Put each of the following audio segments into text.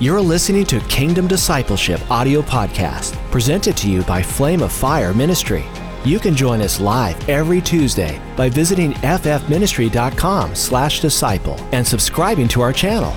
You're listening to Kingdom Discipleship audio podcast, presented to you by Flame of Fire Ministry. You can join us live every Tuesday by visiting ffministry.com slash disciple and subscribing to our channel.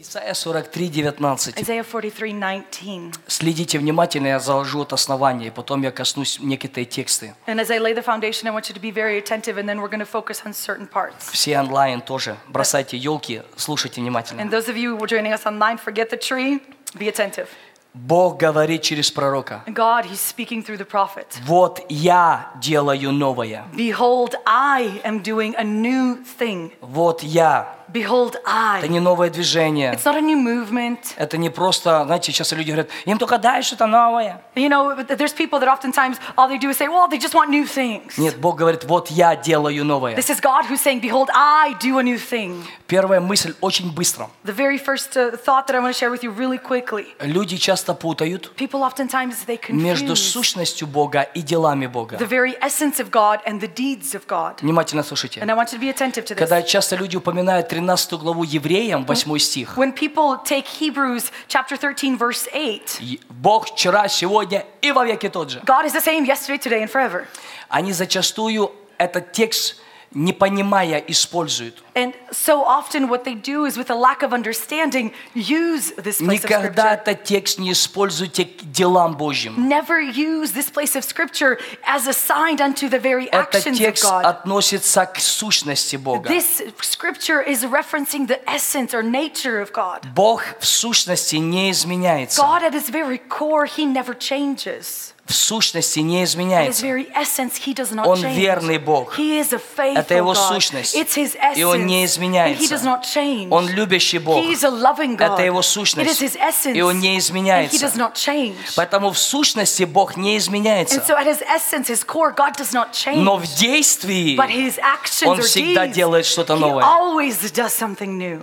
Исайя 43, 19. Isaiah 43, 19. Следите внимательно, я заложу от основания, и потом я коснусь некоторые тексты. And as I lay the foundation, I want you to be very attentive, and then we're going to focus on certain parts. Все онлайн тоже. Бросайте елки, слушайте внимательно. And those of you who are joining us online, forget the tree, be attentive. Бог говорит через пророка. God, He's speaking through the prophet. Вот я делаю новое. Behold, I am doing a new thing. Вот я. Behold, Это I. не новое движение. It's not a new movement. Это не просто, знаете, сейчас люди говорят, им только дай что-то новое. You know, there's people that oftentimes all they do is say, well, they just want new things. Нет, Бог говорит, вот я делаю новое. This is God who's saying, Behold, I do a new thing. Первая мысль очень быстро. The very first uh, thought that I want to share with you really quickly. Люди часто путают People oftentimes they между confuse сущностью Бога и делами Бога. the very essence of God and the deeds of God. Внимательно слушайте. And I want you to be attentive to this. Когда часто люди упоминают 13 главу евреям, 8 стих. When people take Hebrews chapter 13, verse 8, И Бог вчера, сегодня и вовеки тот же. God is the same yesterday, today, and forever. Они зачастую этот текст, не понимая, используют. And so often, what they do is, with a lack of understanding, use this place of Никогда scripture. этот текст не используйте к делам Божьим. Never use this place of scripture as assigned unto the very Этот actions of текст God. относится к сущности Бога. This scripture is referencing the essence or nature of God. Бог в сущности не изменяется. God, at his very core, he never changes. В сущности не At his изменяется. very essence, he does not Он change. верный Бог. He is a faithful Это его God. сущность. It's his essence. И он не And he изменяется. does not change. Он любящий Бог. He is a loving God. Это его It is сущность. his essence. И он не And he изменяется. does not change. Поэтому в сущности Бог не And изменяется. so at his essence, his core, God does not change. Но в действии But his actions Он or всегда deeds, делает что-то новое. He always does something new.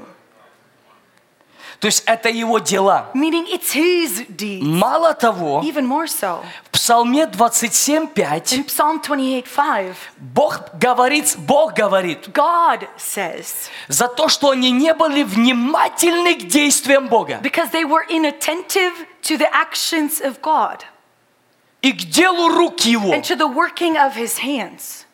То есть это его дела. Meaning it's his deed. Мало того, Even more so. в Псалме In 27.5 Psalm 28:5, Бог говорит, Бог говорит, God says, за то, что они не были внимательны к действиям Бога because they were inattentive to the actions of God и к делу рук Его. and to the working of his hands.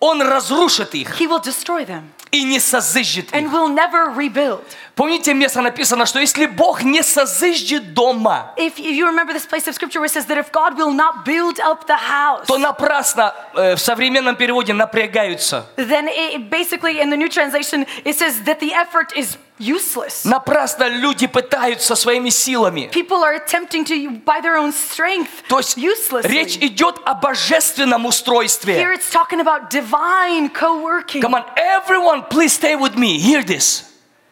Он разрушит их He will destroy them и не созыждет их. and will never rebuild. Помните, место написано, что если Бог не созыждет дома, If you remember this place of scripture where it says that if God will not build up the house, то напрасно э, в современном переводе напрягаются. then it basically in the new translation it says that the effort is useless. Напрасно люди пытаются своими силами. People are attempting to by their own strength То есть речь uselessly. идет о божественном Here устройстве. it's talking about divine co-working. Come on, everyone, please stay with me. Hear this.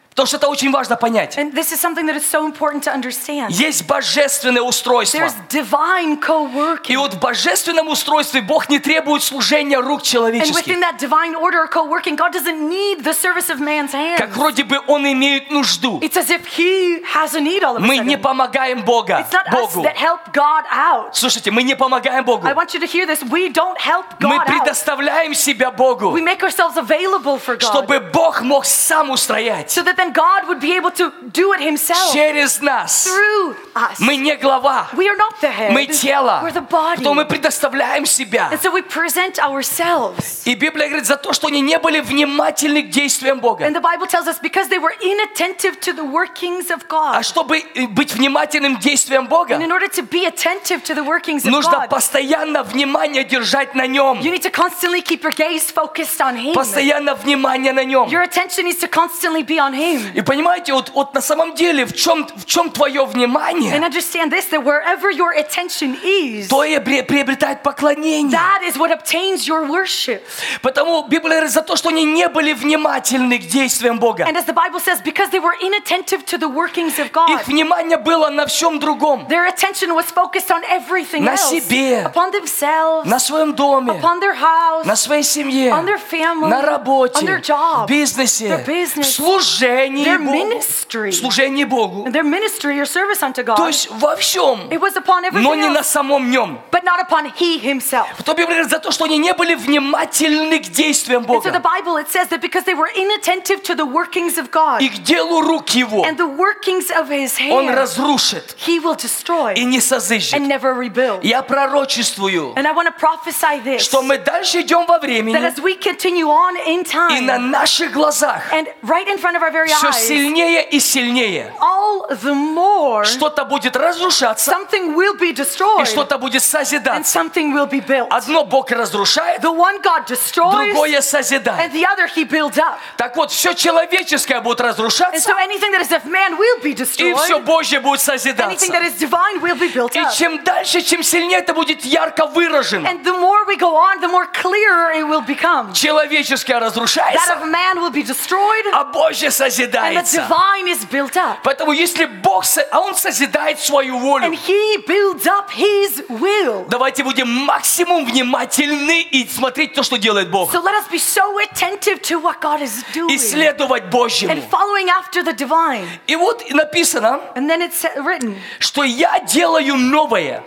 Потому что это очень важно понять. And this is something that is so important to understand. Есть божественное устройство. There's divine co-working. И вот в божественном устройстве Бог не требует служения рук And within человеческих. that divine order of co-working, God doesn't need the service of man's Как hands. вроде бы Он имеет нужду. It's as if he has a need all of a Мы не sudden. помогаем Бога, It's not us Богу. that help God out. Слушайте, мы не помогаем Богу. I want you to hear this. We don't help Мы God out. предоставляем себя Богу, We make ourselves available for God чтобы Бог мог сам устроять so that then God would be able to do it himself через нас. through us. Мы не глава, We are not the head. мы тело. We're the body. Потом мы предоставляем себя. And so we present ourselves. И Библия говорит за то, что они не были внимательны к действиям Бога. And the Bible tells us because they were inattentive to the workings of А God. чтобы э, быть внимательным к действиям Бога, And in order to be attentive to the workings of нужно God, постоянно внимание держать на Нем. You need to constantly keep your gaze focused on Him. Постоянно внимание на Нем. Your attention needs to constantly be on Him. И понимаете, вот, вот на самом деле, в чем, в чем твое And внимание, understand this that wherever your attention is, то и пре- приобретает поклонение. that is what obtains your worship. Потому Библия говорит за то, что они не были внимательны к действиям Бога. And as the Bible says, because they were inattentive to the workings of God, Их внимание было на всем другом. their attention was focused on everything На else себе. upon themselves, На своем доме, upon their house, на своей семье, on their family, на on работе, their в job, бизнесе, their в business, служении Their Богу, ministry. в служении Богу. Their ministry or service unto God. То есть во всем, It was upon но everything не на else, самом нем. but not upon He Himself. То Библия говорит за то, что они не были внимательны к действиям And so the Бога Bible, it says that because they were inattentive to the workings of God и к делу рук Его. and the workings of His Он hand, разрушит He will destroy и не созыжет. and never rebuild. Я пророчествую, And I want to prophesy this что мы дальше идем во that времени, as we continue on in и на time наших глазах and right in front of our very все eyes, сильнее и сильнее. all the more Что-то будет разрушаться, something will be и destroyed что-то будет and созидаться. something will be built. Одно Бог разрушает, The one God destroys другое созидает. and the other He builds up. Так вот, все человеческое будет And разрушаться, so anything that is of man will be и destroyed. все Божье будет Anything that созидаться. is divine will be built И up. чем дальше, чем сильнее это будет ярко выражено. And the more we go on, the more clearer it will become. Человеческое That разрушается, of man will be destroyed, а Божье and the созидается. divine is built up. Поэтому если Бог, со- а Он созидает свою And волю, he builds up his will. давайте будем максимум внимательны и смотреть то, что делает Бог. So let us be so attentive to what God is doing И следовать and Божьему. following after the divine. И вот и написано, And then it's written, что я делаю новое.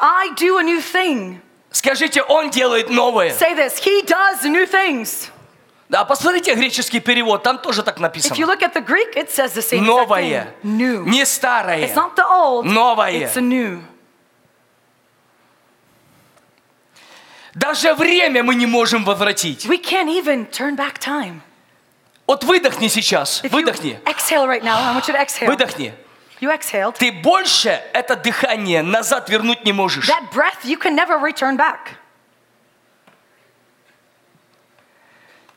I do a new thing. Скажите, Он делает новое. Say this, he does new things. Да, А посмотрите греческий перевод, там тоже так If you написано. look at the Greek, it says the same exact Новое, thing. New. не It's старое. not the old, Новое. it's a new. Даже время мы не можем возвратить. We can't even turn back time. Вот выдохни сейчас, If you выдохни, exhale right now, I want you to exhale. выдохни. You exhaled. Ты больше это дыхание назад вернуть не можешь. That breath, you can never return back.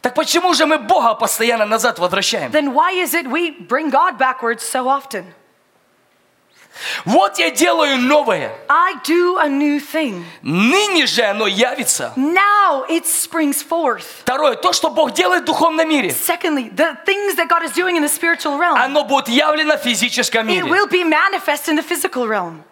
Так почему же мы Бога постоянно назад возвращаем? Then why is it we bring God backwards so often? Вот я делаю новое. I do a new thing. Ныне же оно явится. Now it springs forth. Второе, то, что Бог делает в духовном мире, Secondly, the things that God is doing in the spiritual realm, оно будет явлено в физическом мире. it will be manifest in the physical realm.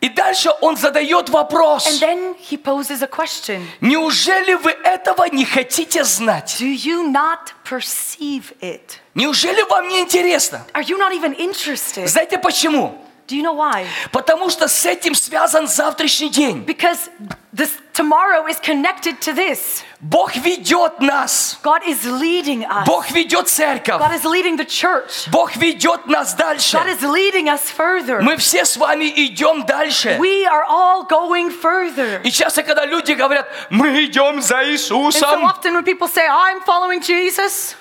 И дальше он задает And вопрос. then he poses a question Неужели вы этого не хотите знать? Do you not perceive it? Неужели вам не интересно? Are you not even interested? Знаете почему? Do you know why? Потому что с этим связан завтрашний день. Because this tomorrow is connected to this. Бог ведет нас. God is leading us. Бог ведет God церковь. is leading the church. Бог ведет нас God дальше. is leading us further. Мы все с вами идем дальше. We are all going further. И часто, когда люди говорят, мы идем за And so Иисусом, often when people say, I'm following Jesus,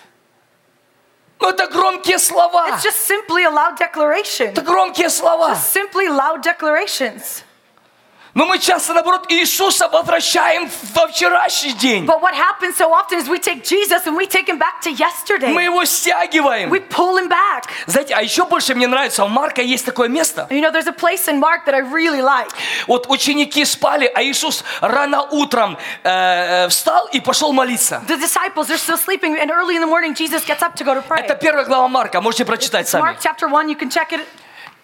ну это громкие слова. it's just simply a loud declaration. Это громкие слова. Simply loud declarations. Но мы часто, наоборот, Иисуса возвращаем во вчерашний день. But what happens so often is we take Jesus and we take him back to Мы yesterday. его We стягиваем. pull him back. Знаете, а еще больше мне нравится, у Марка есть такое место. You know, there's a place in Mark that I really like. Вот ученики спали, а Иисус рано утром э, э, встал и пошел молиться. The disciples are still sleeping, and early in the morning, Jesus gets up to go to pray. Это первая глава Марка, можете прочитать сами. Mark chapter 1, you can check it.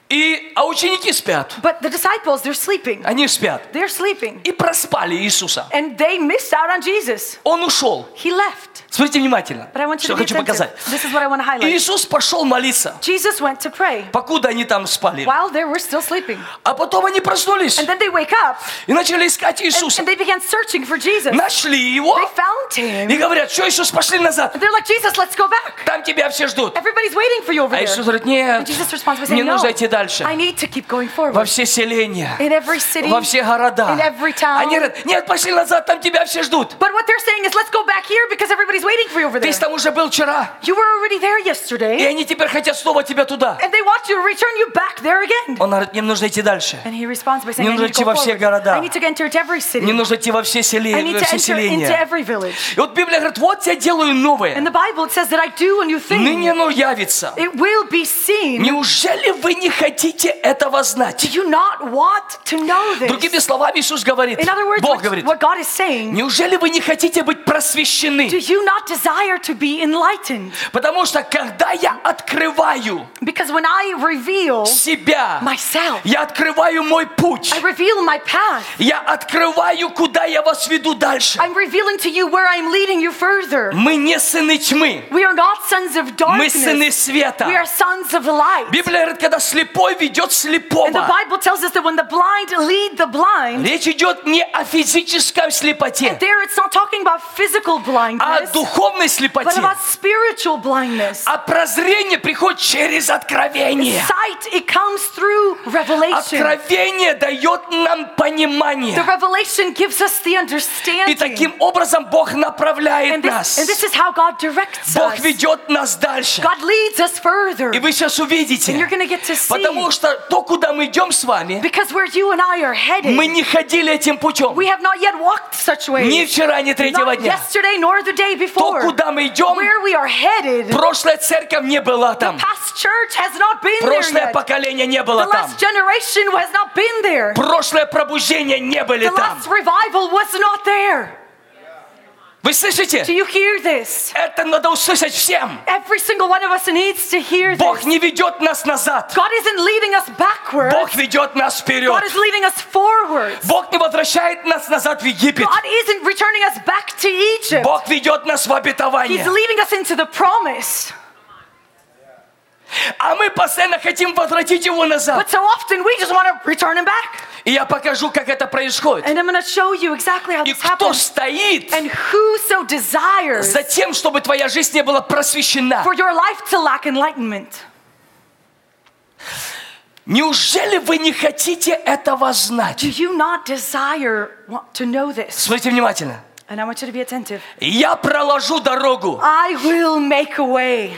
И, а ученики спят, But the disciples, they're sleeping. они спят. They're sleeping. И проспали Иисуса. And they missed out on Jesus. Он ушел. He left. Смотрите внимательно, But I want you что to be хочу показать. attentive. This is what I want to highlight. Иисус пошел молиться, Jesus went to pray покуда они там спали. while they were still sleeping. А потом они проснулись And then they wake up и начали искать and, Иисуса. and they began searching for Jesus. Нашли его They found и him. говорят, что Иисус, пошли назад, And they're like, Jesus, let's go back. там тебя все ждут. Everybody's waiting for you over А there. Иисус говорит, And нет, Jesus responds by мне saying, no, нужно идти дальше. I need to keep going Во forward. все селения, In every city, во все города. in every town. Они говорят, нет, пошли назад, там тебя все ждут. But what they're saying is, let's go back here because everybody's waiting for you over Ты there. там уже был вчера, You were already there и yesterday, они теперь хотят снова тебя туда. and they want you to return you back there again. Он говорит, мне нужно идти дальше. And he responds by saying, Мне I нужно need to, идти во go все forward. города. I need to enter into every city. Мне нужно идти во все, селе... I need во to все enter into селения. every village. И вот Библия говорит, вот я делаю In новое. the Bible, it says that I do a new thing. Ныне оно явится. Э, It will be seen. Неужели вы не хотите этого Do знать? you not want to know this? Другими словами, Иисус говорит, In other words, Бог what, говорит, what God is saying, неужели вы не хотите быть do просвещены? you not desire to be enlightened? Потому что когда я открываю Because when I reveal себя. myself. Я открываю мой путь. I reveal my path. Я открываю, куда я вас веду дальше. I'm revealing to you where I'm leading you further. Мы не сыны тьмы, We are not sons of мы darkness. сыны света. We are sons of light. Библия говорит, когда слепой ведет And the слепого. Bible tells us that when the blind lead the blind, Речь идет не о физической слепоте, there it's not talking about а physical о blindness, духовной but слепоте. about spiritual blindness. А прозрение приходит через откровение. Sight, it comes through revelation. Откровение дает нам The понимание. revelation gives us the И understanding. таким образом Бог направляет And this, нас. and this is how God directs Бог us. ведет нас дальше. God leads us further. И вы сейчас And увидите, you're going to get to see. потому что то, куда мы идем с вами, Because where you and I are headed, мы не ходили этим путем. we have not yet walked such Ни ways. вчера, ни третьего Not дня. yesterday nor the day То, before. куда мы идем, Where we are headed, прошлая церковь не была там. past church has not been there Прошлое yet. поколение не The было там. last generation has not been there. Прошлое пробуждение не были The там. last revival was not there. Вы Do слышите? you hear this? Это надо услышать всем. Every single one of us needs to hear Бог this. не ведет нас назад. God isn't leading us backward. Бог ведет нас вперед. God is leading us forward. Бог не возвращает нас назад в Египет. God isn't returning us back to Egypt. Бог ведет нас в He's обетование. leading us into the promise. А мы постоянно хотим возвратить его назад. But so often we just want to return him back. И я покажу, как это происходит. And I'm going to show you exactly how И this кто happens. стоит And whoso desires за тем, чтобы твоя жизнь не была просвещена? for your life to lack enlightenment. Неужели вы не хотите этого знать? Do you not desire want to know this? Смотрите внимательно. And I want you to be attentive. Я проложу дорогу. I will make a way.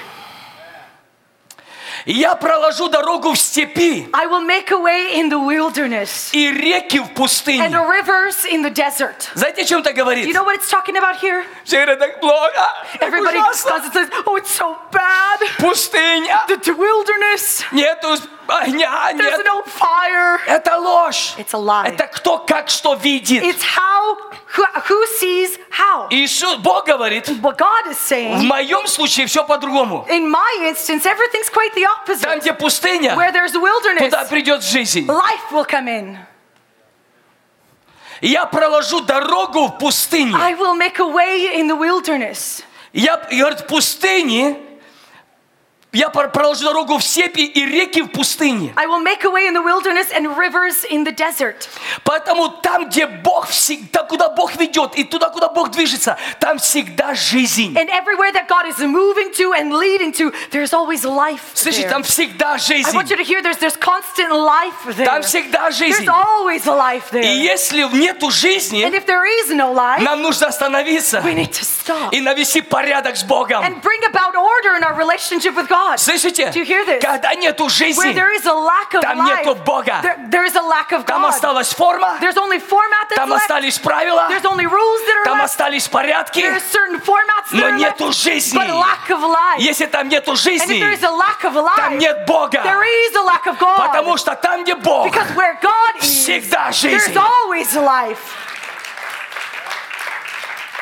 Я проложу дорогу в степи I will make a way in the wilderness и реки в and пустыне. the rivers in the desert. Знаете, о чем это You говорит? know what it's talking about here? Все говорят, так плохо, так Everybody ужасно. constantly says, oh, it's so bad. Пустыня, The, the wilderness, нету огня, there's нет. no fire. Это ложь. It's a lie. Это кто как что видит. It's how, who, who sees how. Иисус, Бог говорит, What God is в saying, моем случае все по-другому. in my instance, everything's quite the Там, opposite. где Where пустыня, there's wilderness, туда придет жизнь. life will come in. Я проложу дорогу в пустыне. I will make a way in the wilderness. Я, и говорит, в пустыне я пр- проложу дорогу в степи и реки в пустыне. I will make a way in the wilderness and rivers in the desert. Поэтому там, где Бог всегда, куда Бог ведет, и туда, куда Бог движется, там всегда жизнь. And everywhere that God is moving to and leading to, there's always life. Слышите, there. там всегда I жизнь. want you to hear there's, there's constant life there. Там всегда жизнь. There's always a life there. И если нету жизни, And if there is no life, нам нужно остановиться we need to stop и навести порядок с Богом. and bring about order in our relationship with God. Слышите? Do you hear this? Когда нету Where жизни, there is a lack of Там life, нету Бога. There, there is a lack of там God. осталась форма, There's only format that's там left. остались правила, There's only rules that are там left. остались порядки. There's certain formats that Но are left, нету жизни. but a lack of life. Если там нету And if there жизни, is a lack of там life, нет Бога. there is a lack of God. Потому что там, где Бог, because where God is, всегда жизнь. there's always life.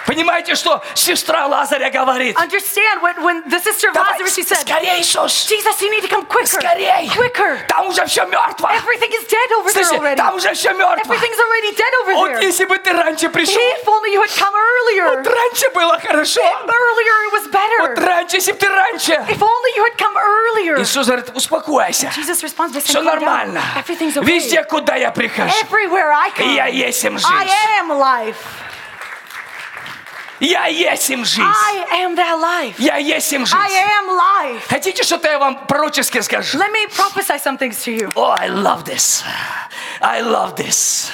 Понимаете, что сестра Лазаря говорит? Understand when, when the sister of Давай, Lazarus, А she said, скорее, Иисус! Jesus, you need to come quicker, Скорее! quicker. Там уже все мертво! Everything is dead over there Слышите, already. там уже все мертво! Everything's already dead over Вот there. если бы ты раньше пришел, If only you had come earlier. вот раньше было хорошо, Earlier it was вот better. раньше, если бы ты раньше. If only you had come earlier. Иисус говорит, успокойся, Jesus responds by все saying, "Calm down. нормально. Everything's okay. Везде, куда я прихожу, Everywhere I come, я есть им жизнь. I am life. Я есть им жизнь. I am that life. Я есть им I жизнь. am life. Хотите, что-то я вам пророчески скажу? Let me prophesy some things to you. О, I love this. I love this.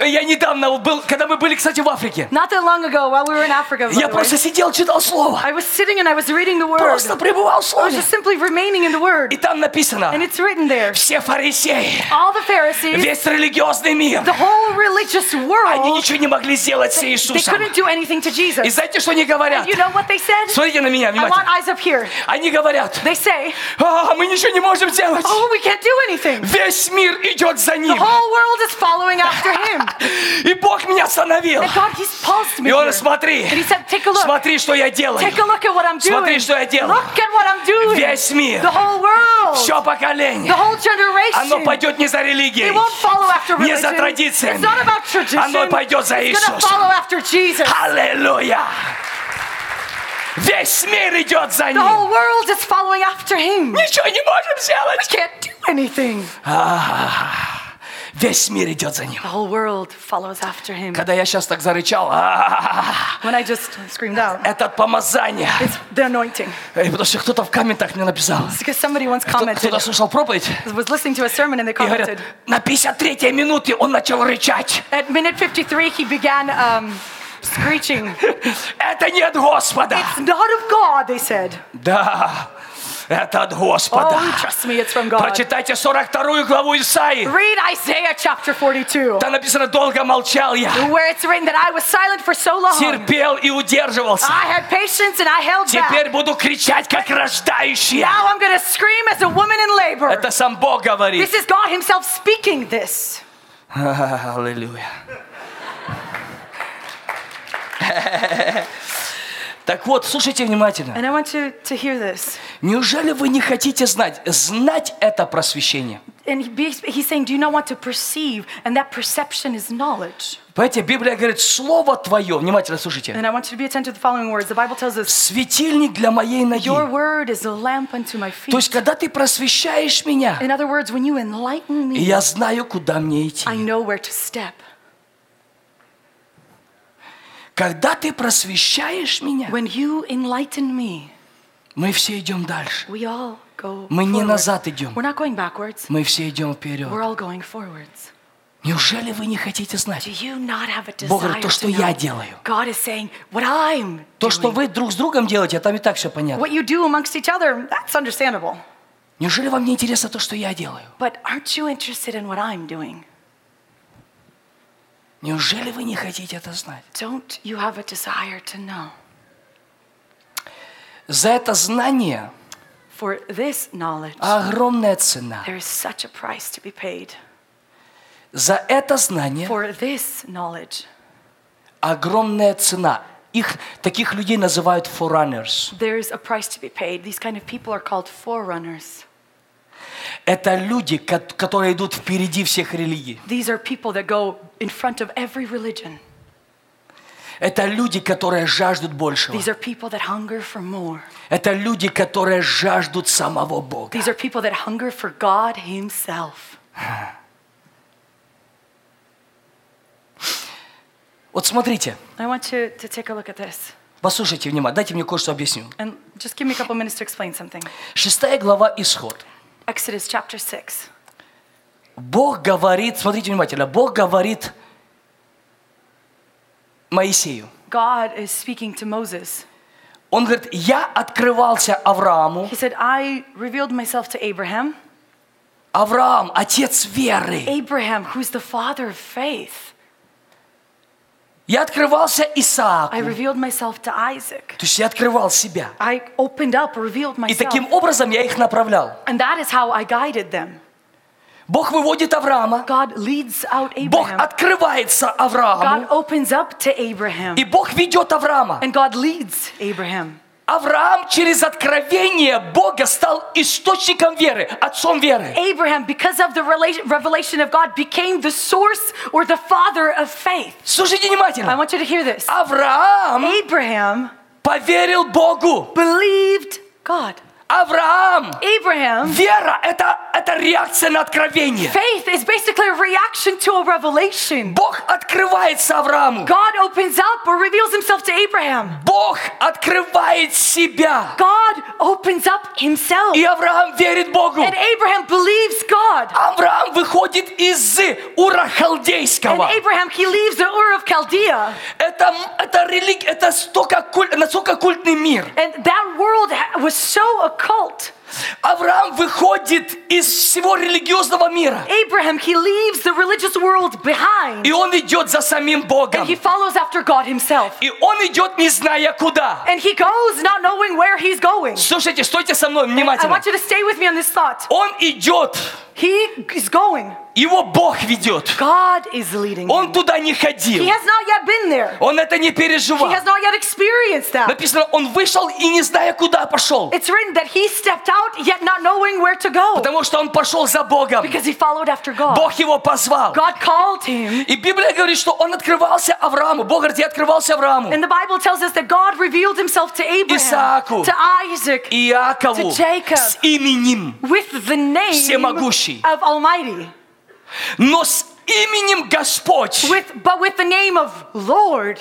Я недавно был, когда мы были, кстати, в Африке, Not that long ago, while we were in Africa, by я the way, просто сидел, читал слово. I was sitting and I was reading the word. Просто пребывал в I was слове. just simply remaining in the И word. там And написано, it's written there. все фарисеи, All the Pharisees, весь религиозный мир, the whole religious Они world, ничего не могли сделать с they Иисусом. couldn't do anything to И Jesus. знаете, что они говорят? а-» You know what they said? Смотрите на меня I want внимательно. eyes up here. Они говорят, They say, а, мы ничего не можем делать. oh, we can't do anything. Весь мир идет за The ним. ним. whole world is following after him. И Бог меня остановил. And God, He's paused me. И он, Here. смотри, And He said, Take a look. смотри, что я делаю. Take a look at what I'm doing. Смотри, что я делаю. Look at what I'm doing. Весь мир. The whole world. Все The поколение. whole Оно generation. пойдет не за религией. It won't follow after Не за religion. традициями. It's not about tradition. Оно пойдет за It's gonna Иисусом. follow after Jesus. Аллилуйя. Весь мир идет за The ним. whole world is following after him. Ничего не можем сделать. Can't do anything. А, Весь мир идет за ним. The whole world follows after him. Когда я сейчас так зарычал, а, When I just screamed out, это от помазания. it's the anointing. Э, Потому что кто-то в комментах мне написал. It's because somebody once Кто- commented, Кто-то слушал проповедь was listening to a sermon and they и говорят, commented. на 53 минуте он начал рычать. At minute 53, he began um, screeching. Это не от Господа. It's not of God, they said. Да, это от Господа. Oh, trust me, it's from God. Прочитайте 42 главу Исаии. Read Isaiah chapter 42, Там написано, долго молчал я, where it's written that I was silent for so long. терпел и удерживался. I had patience and I held Теперь back. буду кричать, как рождающий. Now I'm going to scream as a woman in labor. Это сам Бог говорит. This is God Himself speaking this. А, Аллилуйя. Так вот, слушайте внимательно. And I want you to hear this. Неужели вы не хотите знать? Знать это просвещение. And he be- he's saying, Do you not want to perceive? And that perception is knowledge. Понимаете, Библия говорит, слово твое, внимательно слушайте, And I want you to be attentive to the following words. The Bible tells us, светильник для моей ноги. Your word is a lamp unto my feet. То есть, когда ты просвещаешь меня, In other words, when you enlighten и me, я знаю, куда мне I идти. know where to step. Когда ты просвещаешь меня, When you enlighten me, мы все идем дальше. we all go. Мы не forward. назад идем. We're not going backwards. Мы все идем вперед. We're all going forwards. Неужели вы не хотите знать? Do you not have a desire Бог говорит, то, что to know? я делаю. God is saying, what I'm То, что doing. вы друг с другом делаете, там и так все понятно. What you do amongst each other, that's understandable. Неужели вам не интересно то, что я делаю? But aren't you interested in what I'm doing? Неужели вы не хотите это знать? Don't you have a desire to know? За это знание For this knowledge, Ah. огромная цена. there is such a price to be paid. За это знание For this knowledge, огромная цена. Их, таких людей называют forerunners. there is a price to be paid. These kind of people are called forerunners. Это люди, ко- которые идут впереди всех религий. These are people that go in front of every religion. Это люди, которые жаждут большего. These are people that hunger for more. Это люди, которые жаждут самого Бога. These are people that hunger for God Himself. Вот смотрите, I want you to take a look at this. послушайте внимательно, дайте мне кое-что объясню. And just give me a couple minutes to explain something. Шестая глава Исход. Exodus chapter 6. Бог говорит, смотрите внимательно, Бог говорит Моисею. God is speaking to Moses. Он говорит, я открывался Аврааму. He said, I revealed myself to Abraham. Авраам, отец веры. Abraham, who's the father of faith. Я открывался Исааку. I revealed myself to Isaac. То есть я открывал себя. I opened up, revealed И myself. таким образом я их направлял. And that is how I guided them. Бог выводит Авраама. God leads out Бог Abraham. открывается God Аврааму. opens up to Abraham. И Бог ведет Авраама. And God leads Abraham. Авраам через откровение Бога стал источником веры, отцом веры. Abraham, because of the rela- revelation of God, became the source or the father of faith. Слушайте I внимательно. want you to hear this. Авраам Abraham поверил Богу. believed God. Авраам. Abraham, Вера это, – это реакция на откровение. faith is basically a reaction to a revelation. Бог открывается Аврааму. God opens up or reveals himself to Abraham. Бог открывает себя. God opens up himself. И Авраам верит Богу. And Abraham believes God. Авраам выходит из Ура And Халдейского. Abraham, he leaves the Ur of Chaldea. Это, м- это религ, это столько куль- настолько культный мир. And that world ha- was so occult. Авраам выходит из всего религиозного мира. Abraham, he leaves the religious world behind. И он идет за самим And Богом. he follows after God himself. И он идет, не зная куда. And he goes not knowing where he's going. Слушайте, стойте со мной I внимательно. want you to stay with me on this thought. Он идет, He is going. Его Бог ведет. God is leading. Он him. туда не He ходил. has not yet been there. Он это не He переживал. has not yet experienced that. Написано, он вышел и не зная, куда пошел. It's written that he stepped out yet not knowing where to go Потому что он пошел за Богом. because he followed after God. Бог его позвал. God called him. И Библия говорит, что он открывался Аврааму. Бог говорит, я открывался Аврааму, And the Bible tells us that God revealed himself to Abraham, Исааку. to Isaac, и Иакову To Jacob. с именем. with the name Всемогущий. of Almighty. Но с именем Господь With, but with the name of Lord,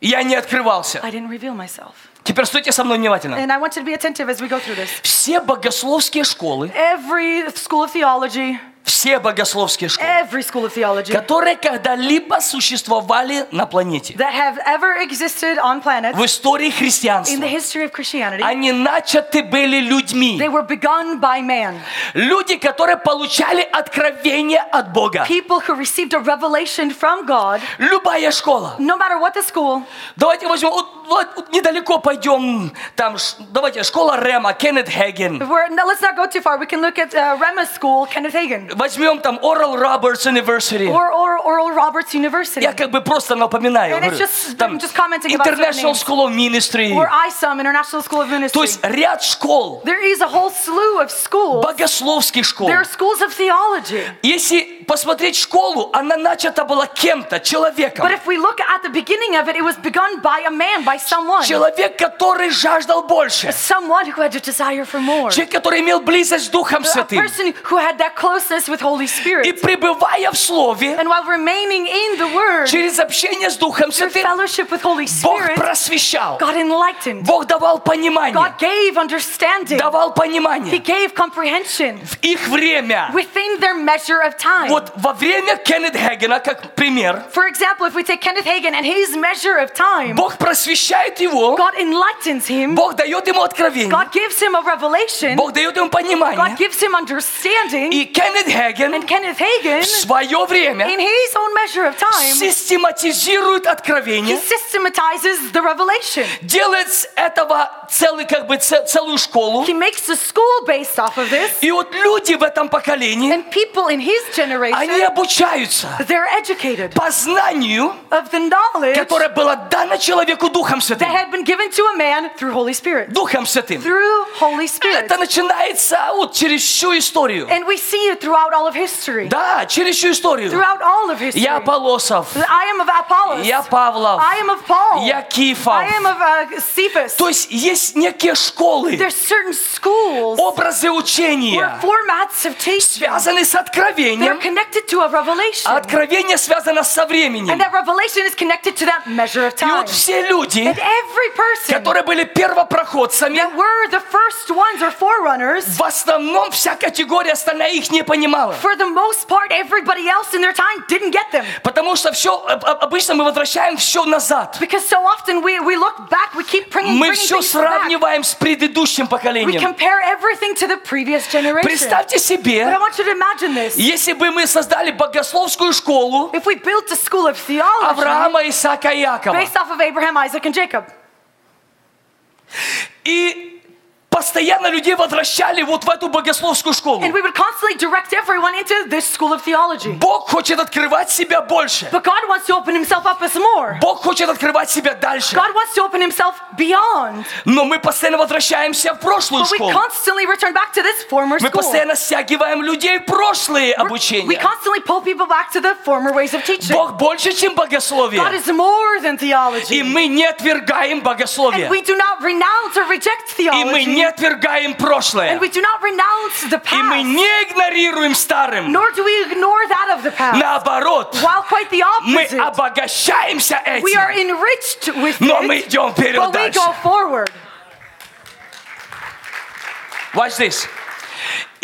я не открывался. I didn't reveal myself. Теперь стойте со мной внимательно. And I want you to be attentive as we go through this. Все богословские школы, Every school of theology, все богословские школы, every school of theology которые когда-либо существовали на планете, that have ever existed on planet в истории in the христианства, history of Christianity, они начаты были they людьми. were begun by man. Люди, которые получали откровение от Бога. People who received a revelation from God, Любая школа. no matter what the school, Давайте возьмем, вот, вот- вот недалеко пойдем, там, ш- давайте, школа Рема, Кеннет Хеген. we're, no, let's not go too far. We can look at uh, Rema School, Kenneth Hagin. Возьмем там Oral Roberts University. or, or Oral Roberts University, Я как бы просто напоминаю. And it's говорю, just- там I'm just commenting about International certain names. School of Ministry. or ISOM, International School of То Ministry. есть ряд школ, There is a whole slew of schools. богословских школ. There are schools of theology. Если посмотреть школу, она начата была кем-то, человеком. But if we look at the beginning of it, it was begun by a man, by someone. Человек, который жаждал больше. Someone who had a desire for more. Человек, который имел близость с Духом A Святым. person who had that closeness with Holy И Spirit. пребывая в Слове, And while remaining in the Word, через общение с Духом through Святым, fellowship with Holy Бог Spirit, просвещал. God enlightened. Бог давал понимание. God gave understanding. Давал He понимание. gave comprehension В их время. within their measure of time. Вот во время Кеннет Хэггена, как пример, For example, if we take Kenneth Hagin and his measure of time, Бог просвещает его, God enlightens him, Бог дает ему откровение, God gives him a revelation, Бог дает ему God понимание. gives him understanding, И Кеннет Хэгген and Kenneth в Hagin, свое время in his own measure of time, систематизирует he откровение, systematizes the revelation. делает с этого целый, как бы, ц- целую школу. He makes a school based off of this, И вот люди в этом поколении, and people in his они generation, обучаются they're educated познанию, of the knowledge которое было дано человеку Духом that Святым. had been given to a man through Holy Spirit. Духом Святым. Through Holy Spirit. Это начинается вот через всю историю. And we see it throughout all of history. Да, через всю историю. Throughout all of history. Я Полосов, I am of Apollos. я Павлов, I am of Paul. я Кифов. I am of uh, Cephas. То есть есть некие школы, There's certain schools образы or учения, formats of teaching. связаны с They're откровением. connected to a revelation. А откровение связано со временем. And that revelation is connected to that measure of И time. вот все люди, And every person которые были первопроходцами, that were the first ones or forerunners, в основном вся категория остальная их не понимала. for the most part, everybody else in their time didn't get them. Потому что все, обычно мы возвращаем все назад. Because so often we, we look back, we keep bringing, Мы bringing все things back. сравниваем с предыдущим We поколением. compare everything to the previous generation. Представьте But I себе, want you to imagine this. если бы мы создали богословскую школу If we built a school of theology Авраама, Исаака и Якова based off of Abraham, Isaac, and Jacob, и постоянно людей возвращали вот в эту богословскую школу. and we would constantly direct everyone into this school of theology. Бог хочет открывать себя больше. But God wants to open himself up as more. Бог хочет открывать себя дальше. God wants to open himself beyond. Но мы постоянно возвращаемся в прошлую But we школу. constantly return back to this former Мы school. постоянно стягиваем людей в прошлые We обучения. constantly pull people back to the former ways of teaching. Бог больше, чем God богословие. is more than И theology. мы не отвергаем And богословие. we do not renounce or reject И мы theology. не отвергаем прошлое. And we do not renounce the И мы past. не игнорируем старым. Nor do we ignore that of the past. Наоборот, While quite the мы opposite. обогащаемся We are этим. enriched with Но it, мы идем вперед but we дальше. go forward. Watch this.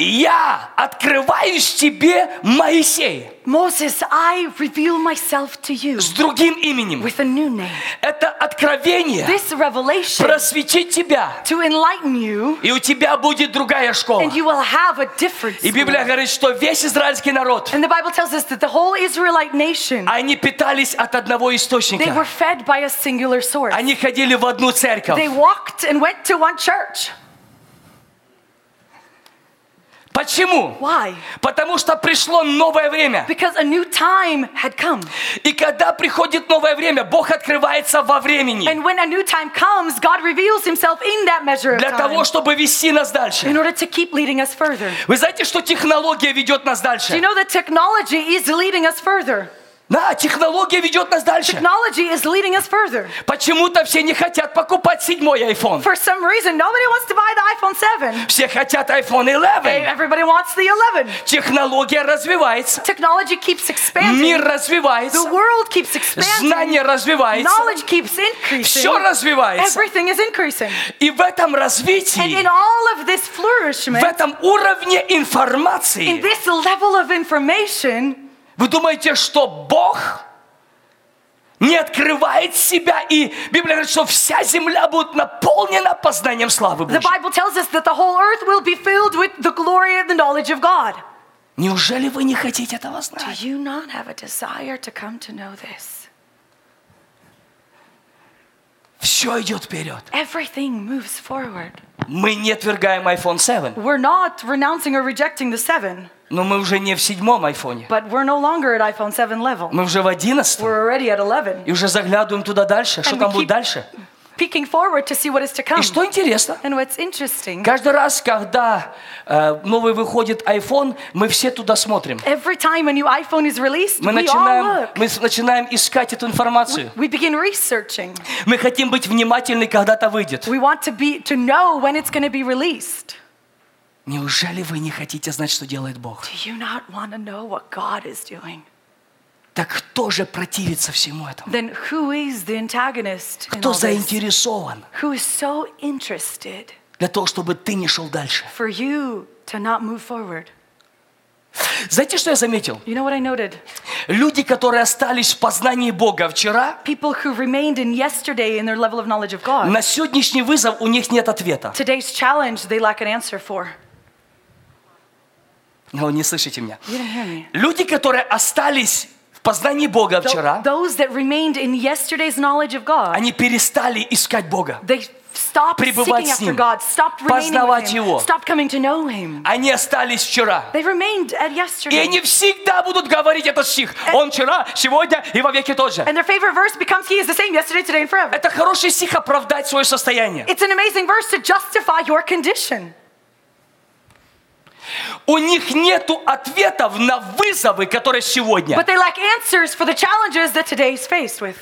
Я открываюсь тебе, Моисей, Moses, I reveal myself to you с другим именем. with a new name. Это откровение This revelation просветит тебя, to enlighten you, и у тебя будет другая школа. and you will have a difference. И Библия говорит, что весь израильский народ, And the Bible tells us that the whole Israelite nation, они питались от одного they were источника. fed by a singular source. Они ходили в одну They церковь. walked and went to one church. Почему? Why? Потому что пришло новое время. Because a new time had come. И когда приходит новое время, Бог открывается во времени. And when a new time comes, God reveals himself in that measure of Для того, time чтобы вести нас in дальше. order to keep leading us further. Вы знаете, что технология ведет нас Do you дальше? know that technology is leading us further? Да, технология ведет нас дальше. Technology is leading us further. Почему-то все не хотят покупать седьмой iPhone. For some reason, nobody wants to buy the iPhone 7. Все хотят iPhone Hey, 11. everybody wants the 11. Технология развивается. Technology keeps expanding. Мир развивается. The world keeps expanding. Знание развивается. Knowledge keeps increasing. Все развивается. Everything is increasing. И в этом And in развитии, all of this в flourishment, этом уровне in информации, this level of information, вы думаете, что Бог не открывает себя, и Библия говорит, что вся земля будет наполнена познанием славы Божьей. the Bible tells us that the whole earth will be filled with the glory and the knowledge of God. Неужели вы не хотите этого знать? Do you not have a desire to come to know this? Все идет вперед. Everything moves forward. Мы не отвергаем iPhone 7, We're not renouncing or rejecting the 7, но мы уже не в седьмом айфоне. but we're no longer at iPhone 7 level. Мы уже в одиннадцатом. We're already at 11. И уже заглядываем туда дальше, что And там we будет keep- дальше. peeking forward to see what is to come. И что интересно, And what's interesting, каждый раз, когда э, новый выходит iPhone, мы все туда смотрим. every time a new iPhone is released, Мы we all начинаем, look. мы с- начинаем искать эту информацию. We begin researching. Мы хотим быть внимательны, когда это выйдет. We want to be to know when it's going to be released. Неужели вы не хотите знать, что делает Бог? Do you not want to know what God is doing? Так кто же противится всему этому? Then who is the antagonist? In Кто all this? заинтересован Who is so interested для того, чтобы ты не шел дальше? for you to not move forward? Знаете, что я заметил? You know what I noted? Люди, которые остались в познании Бога вчера, People who remained in yesterday in their level of knowledge of God. на сегодняшний вызов у них нет ответа. Today's challenge they lack an answer for. Вы не слышите меня. You didn't hear me. Люди, которые остались в познании Бога Tho- вчера, Those that remained in yesterday's knowledge of God, они перестали искать Бога. they stopped пребывать seeking с after Ним, God, stopped remaining познавать with Him, Его. stopped coming to know Him. Они остались вчера. They remained at И yesterday. они всегда будут говорить этот стих. Он вчера, сегодня и во веки тот же. And their favorite verse becomes He is the same yesterday, today, and forever. Это хороший стих оправдать свое состояние. It's an amazing verse to justify your condition. У них нету ответов на вызовы, которые сегодня. But they lack answers for the challenges that today is faced with.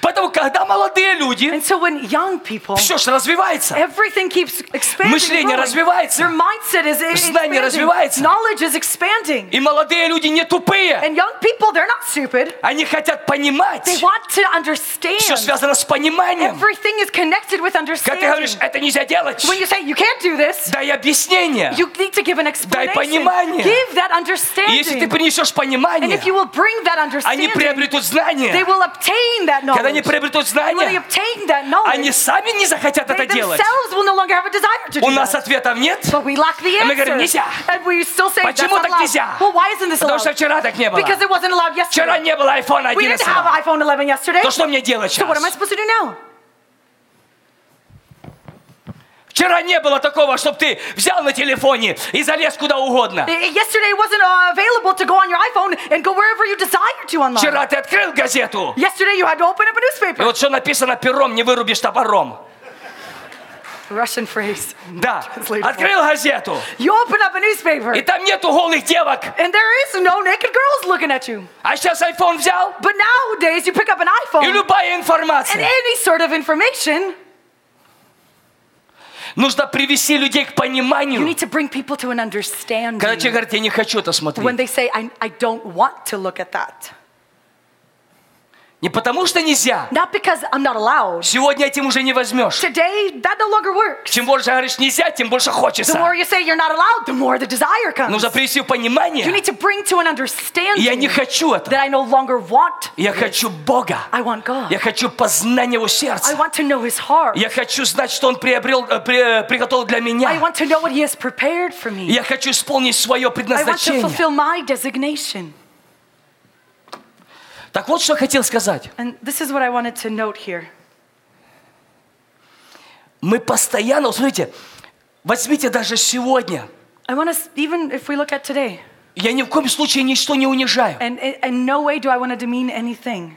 Поэтому, когда молодые люди, And so when young people, все же развивается. everything keeps expanding. Мышление growing. Their развивается. mindset is i- Знание expanding. развивается. Knowledge is expanding. И молодые люди не тупые. And young people, they're not stupid. Они хотят понимать. They want to understand. Все связано с пониманием. Everything is connected with Когда ты understanding. говоришь, это нельзя делать, When you say you can't do this, дай объяснение. you need to give an explanation. понимание. Give that И если ты understanding. принесешь And понимание, if you will bring that они understanding, приобретут they знания. will obtain that Когда они knowledge. приобретут And when they знания, obtain that knowledge, они сами не захотят they это делать. themselves will no longer have a desire to do У нас that. ответов нет. But we lack the мы говорим, answers. «Нельзя». And we still say, That's Почему not так allowed. нельзя? Well, why isn't this Потому что allowed? вчера так не было. Because it wasn't allowed Вчера yesterday. не было iPhone We didn't 11. have iPhone 11 yesterday. То что мне делать So what am I сейчас? supposed to do now? Вчера не было такого, чтобы ты взял на телефоне и залез куда угодно. Y- Eh, Yesterday wasn't uh, available to go on your iPhone and go wherever you desire to online. Вчера ты открыл газету. Yesterday you had to open up a И newspaper. вот что написано пером, не вырубишь топором. Russian phrase. Да. Открыл газету. You open up a newspaper И там нету голых девок. and there is no naked girls looking at you. А сейчас iPhone взял. But nowadays you pick up an И iPhone Э, любая and информация. any sort of information, э. Нужно привести людей к you пониманию. need to bring people to an understanding. Когда человек говорит, я не хочу это When смотреть. they say, I, I don't want to look at that. Не потому что нельзя. Not because I'm not allowed. Сегодня этим уже не возьмешь. Today, that no longer works. Чем больше говоришь нельзя, тем больше The more хочется. you say you're not allowed, the more the desire comes. Нужно привести в You понимание. need to bring to an understanding Я не хочу that это. I no longer want. Я хочу Бога. I want God. Я хочу познания его I сердца. want to know His heart. Я хочу знать, что он приобрел, э, при- э, приготовил для I меня. want to know what He has prepared for me. Я хочу исполнить свое I want to предназначение. fulfill my designation. Так вот, что я хотел сказать. And this is what I wanted to note here. Мы постоянно, вот смотрите, Возьмите даже сегодня. I want to, even if we look at today, Я ни в коем случае ничто не унижаю. and and in no way do I want to demean anything.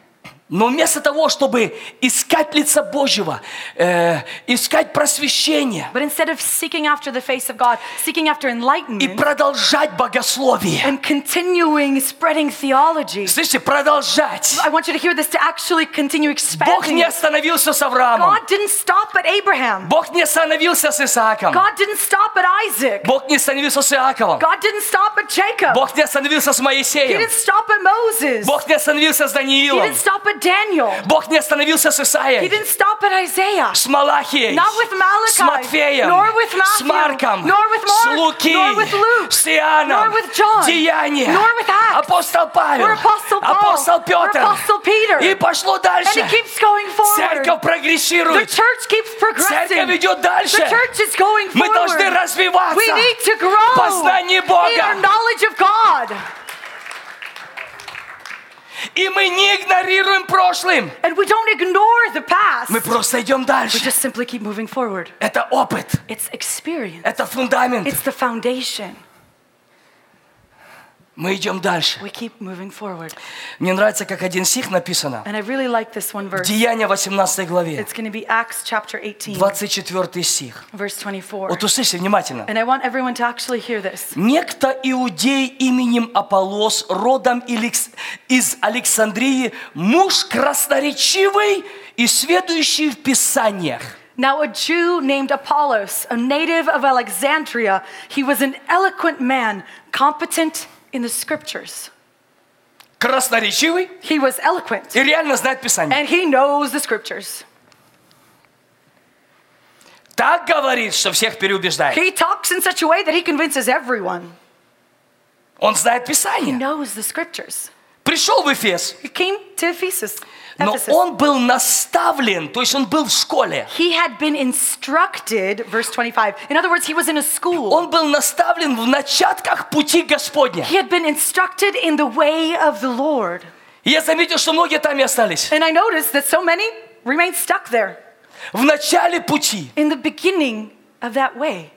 Но вместо того, чтобы искать лица Божьего, э, искать просвещение But instead of seeking after the face of God, seeking after и enlightenment, продолжать богословие. and continuing spreading theology, Слышите, продолжать. I want you to hear this to actually continue Бог expanding. не it. остановился с Авраамом. God didn't stop at Abraham. Бог не остановился с Исааком. God didn't stop at Isaac. Бог не остановился с Иаковом. God didn't stop at Jacob. Бог не остановился с He Моисеем. didn't stop at Moses. Бог не остановился с He Даниилом. didn't stop at Daniel. Бог не остановился с He Исаией. didn't stop at Isaiah. С Малахией. Not with Malachi, С Матфеем. nor with Matthew, с Марком. nor with Mark, с Луки. nor with Luke, с Иоанном. nor with John, Деяния. nor with Acts, Апостол Павел. or Apostle Paul, Апостол Петр. or Apostle Peter. И пошло And дальше. it keeps going forward. Церковь The прогрессирует. church keeps progressing. Церковь идет дальше. The church is going Мы должны forward. развиваться. We need to grow познании in Бога. our knowledge of God. И мы не игнорируем прошлым. And we don't ignore the past. Мы просто идем We дальше. just simply keep moving forward. Это опыт. It's experience. Это фундамент. It's the foundation. Мы идем дальше. We keep moving forward. Мне нравится, как один стих написано. And I really like this one verse. Деяния 18 главе. It's going to be Acts chapter 18, 24 стих. verse 24. Вот услышьте внимательно. And I want everyone to actually hear this. Некто иудей именем Аполлос, родом Илекс- из Александрии, муж красноречивый и следующий в Писаниях. Now, a Jew named Apollos, a native of Alexandria, he was an eloquent man, competent in the scriptures. Красноречивый He was eloquent, и реально знает Писание. and he knows the scriptures. Так говорит, что всех переубеждает. He talks in such a way that he convinces everyone. Он знает He Писание. knows the scriptures. Пришел в Эфес, He came to Ephesus. но Ephesus. он был наставлен, то есть он был в школе. He had been instructed, verse 25. In other words, he was in a school. Он был наставлен в начатках пути Господня. He had been instructed in the way of the Lord. И Я заметил, что многие там и остались. And I noticed that so many remained stuck there В начале пути. in the beginning of that way.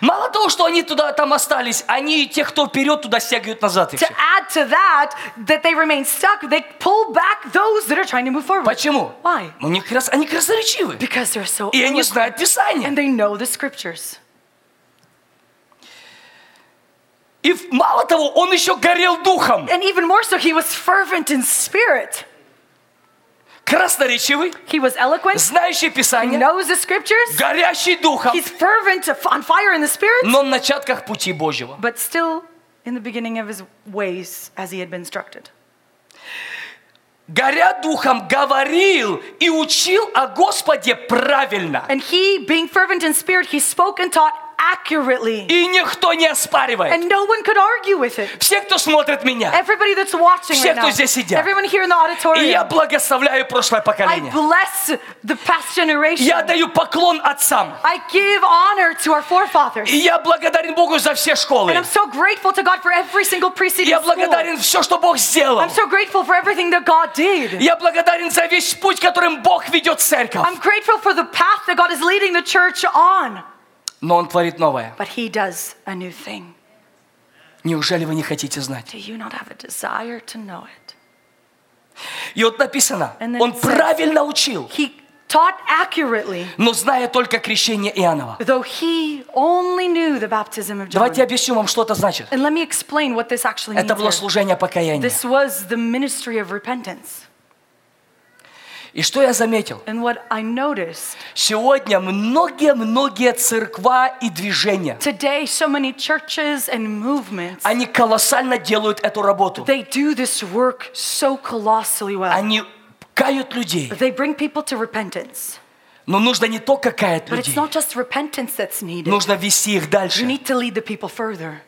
Мало того, что они туда там остались, они и тех, кто вперед, туда стягивают назад. и To всех. add to that, that they remain stuck, they pull back those that are trying to move forward. Почему? Why? У них крас- Они красноречивы. Because they're so И они eloquent знают and Писание. they know the scriptures. И в- мало того, он еще горел духом. And even more so, he was fervent in spirit. Красноречивый, He was eloquent, знающий he Писание, knows the scriptures, горящий духом, he's fervent, on fire in the spirit, но на начатках пути Божьего. but still in the beginning of his ways as he had been instructed. Горя духом, говорил и учил о Господе правильно. And he, being fervent in spirit, he spoke and taught accurately. И никто не оспаривает. And no one could argue with it. Все, кто смотрит меня, Everybody that's watching Все, right кто now, здесь сидят. everyone here in the и я auditorium, благословляю прошлое I поколение. bless the past generation. Я даю поклон отцам. I give honor to our forefathers. И я благодарен Богу за все And I'm школы. so grateful to God for every single preceding Я school. благодарен все, что Бог сделал. I'm so grateful for everything that God did. Я благодарен за весь путь, которым Бог ведет церковь. I'm grateful for the path that God is leading the church on. Но Он творит новое. But he does a new thing. Неужели вы не хотите знать? Do you not have a desire to know it? И вот написано, And then Он it says- правильно учил, He taught accurately. но зная только крещение Иоаннова. though he only knew the baptism of John. Давайте я объясню вам, что это значит. And let me explain what this actually means. Это было here. служение покаяния. This was the ministry of repentance. И что я заметил? And what I noticed Сегодня многие-многие церква и движения, today, so many churches and movements, они колоссально делают эту работу. they do this work so colossally well. Они кают людей. They bring people to repentance. Но нужно не только каять But it's людей. not just repentance that's needed. Нужно вести их дальше. You need to lead the people further.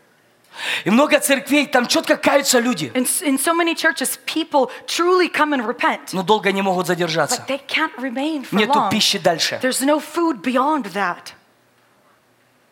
И много церквей, там четко каются люди, In, s- in so many churches, people truly come and repent, но долго не могут задержаться. but they can't remain for Нету long. пищи дальше. There's no food beyond that.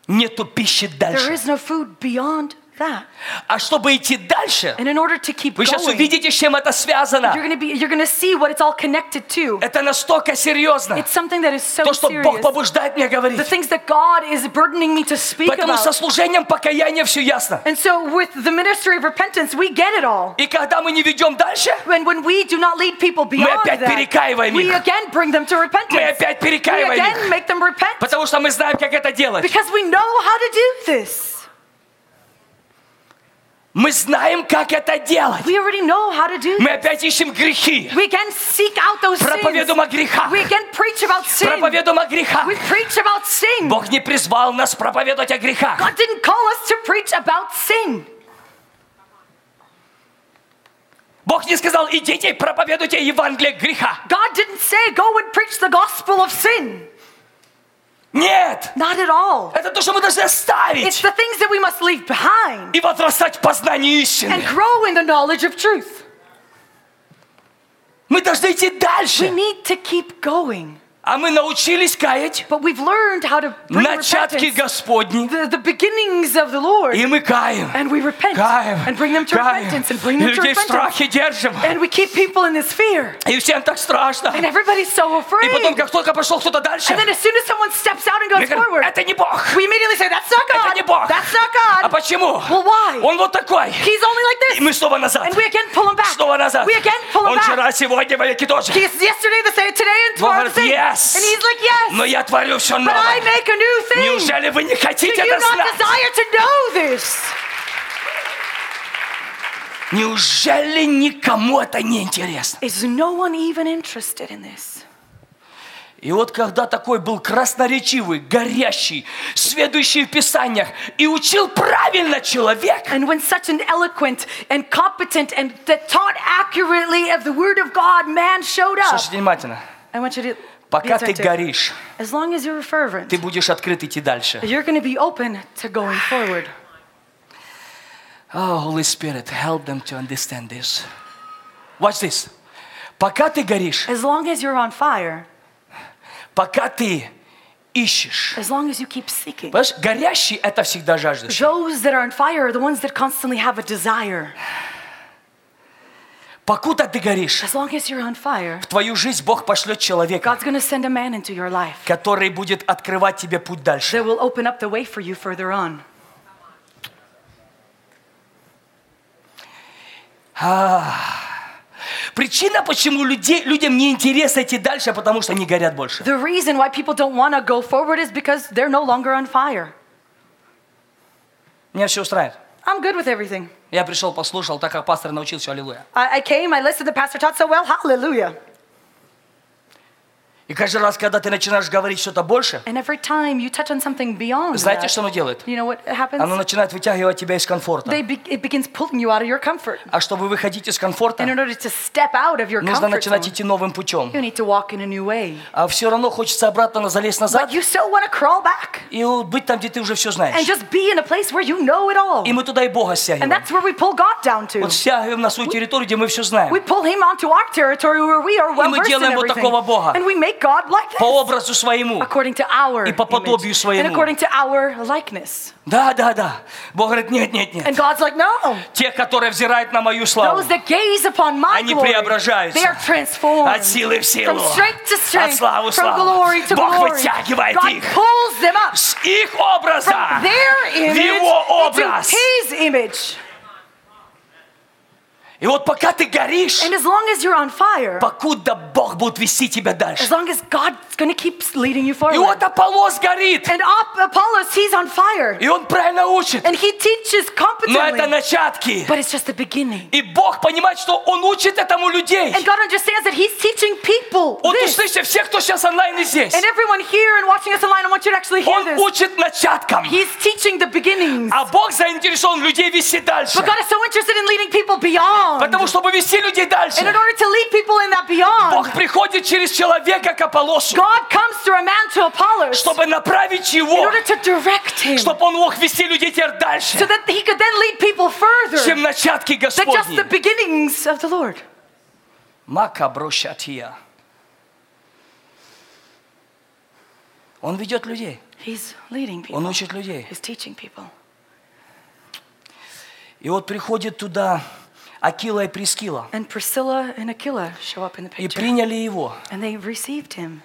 Нету пищи There дальше. is no food beyond that. А чтобы идти дальше, And in order to keep вы going, сейчас увидите, с чем это you're связано. going to be you're going to see what it's all connected to. Это настолько серьезно. It's something that is so То, что Бог serious. побуждает меня The говорить. things that God is burdening me to speak Поэтому со about. служением покаяния все ясно. And so with the ministry of repentance, we get it all. И когда мы не ведем дальше, When, when we do not lead people beyond опять that, перекаиваем we их. again bring them to repentance. мы опять We перекаиваем again их. make them repent Потому что мы знаем, как это делать. because we know how to do this. Мы знаем, как это делать. We already know how to do Мы this. опять ищем грехи. We again seek out those sins. Проповедуем о грехах. We again preach about sin. Проповедуем о грехах. We preach about sin. Бог не призвал нас проповедовать о грехах. God didn't call us to preach about sin. Бог не сказал, идите и проповедуйте Евангелие греха. God didn't say, go and preach the gospel of sin. Нет! Not at all. Это то, что мы должны It's оставить the things that we must leave behind и возрастать в познании and истины. grow in the knowledge of truth. Мы должны идти We дальше. need to keep going. А мы научились каять But we've learned how to bring начатки repentance, Господни. the, the beginnings of the Lord, И мы каем. and we repent Каем. and bring them to каем. repentance and bring И them to людей в repentance. страхе держим. And we keep people in this fear, И всем так страшно. and everybody's so И afraid. потом, как только пошел кто-то дальше, and then as soon as someone steps out and мы goes говорим, forward, это не Бог. we immediately say, that's not Это God. не Бог. That's not А God. почему? Well, why? Он вот такой. He's only like И this. мы снова назад. And we again pull him back. Снова назад. We again pull him Он back. вчера, сегодня, веки тоже. He's yesterday the same, today and Бог tomorrow the говорит, same. yes. And he's like, yes, Но я творю все but I новое. make a new thing. Неужели вы не хотите Do you это not знать? desire to know this? Неужели никому это не интересно? Is no one even interested in this? И вот когда такой был красноречивый, горящий, сведущий в Писаниях и учил правильно человек, And when such an eloquent and competent and that taught accurately of the word of God man showed up, слушайте внимательно, I want you to be пока ты attentive. горишь, As long as you're fervent, ты будешь открыт идти дальше. you're going to be open to going forward. Oh, Holy Spirit, help them to understand this. Watch this. Пока ты горишь, As long as you're on fire, пока ты ищешь. as long as you keep seeking. Понимаешь, горящий – это всегда жаждущий. Those that are on fire are the ones that constantly have a desire. Покуда ты горишь, As long as you're on fire, в твою жизнь Бог пошлет человека, God's going to send a man into your life который будет открывать тебе путь дальше. that will open up the way for you further on. Причина, почему людей, людям не интересно идти дальше, потому что они горят больше. The reason why people don't want to go forward is because they're no longer on fire. Меня все устраивает. I'm good with everything. Я пришел, послушал, так как пастор научил, все, аллилуйя. I, I came, I listened, the pastor taught so well, hallelujah. И каждый раз, когда ты начинаешь говорить что-то больше, And every time you touch on something beyond знаете, that, что оно делает? you know what Оно happens? начинает вытягивать тебя из комфорта. They be- it begins pulling you out of your comfort. А чтобы выходить из комфорта, And in order to step out of your нужно comfort начинать zone, идти новым путем. you need to walk in a new way. А все равно хочется обратно залезть назад But you still want to crawl back и быть там, где ты уже все знаешь. and just be in a place where you know it all. И мы туда и Бога And стягиваем. that's where we pull God down to. Вот стягиваем на свою территорию, где мы все знаем. We pull him onto our territory where we are well versed in делаем вот everything. такого Бога. And we make God like По this. образу своему. According to our И по подобию image. своему. and according to our likeness. Да, да, да. Бог говорит, нет, нет, нет. And God's like, no. Те, которые взирают на мою славу. Those that gaze upon my Они glory, преображаются. they are transformed От силы в силу. from strength to От strength, славы в from славу. glory to Бог glory. вытягивает God их. pulls them up С их образа. from their в image его образ. into His image. И вот пока ты горишь, And as long as you're on fire, покуда Бог будет вести тебя as дальше. long as God's going to keep leading you forward. И вот Аполлос горит. and Ap- Apollos, he's on fire. И он правильно учит. And he teaches Но это competently. начатки. But it's just the beginning. И Бог понимает, что Он учит этому людей. And God understands that he's teaching people Вот this. услышьте, все, кто сейчас онлайн и здесь, And everyone here and watching us online, I want you to actually hear Он this. учит начаткам. He's teaching the beginnings. А Бог заинтересован людей вести дальше. But God is so interested in leading people beyond. Потому чтобы вести людей And in дальше, order to lead people in that beyond, Бог приходит через человека к Аполосу, God comes through a man to Apollos чтобы направить in его, order to direct him so чтобы он мог вести людей теперь дальше, that he could then lead people further чем начатки than just the Господни. beginnings of the Lord. Макаброшатия. Он ведет людей, He's leading он people. учит людей. He's teaching people. И вот приходит туда Акила и Прескила. And Priscilla and Aquila show up in the И picture. приняли его. And they received him.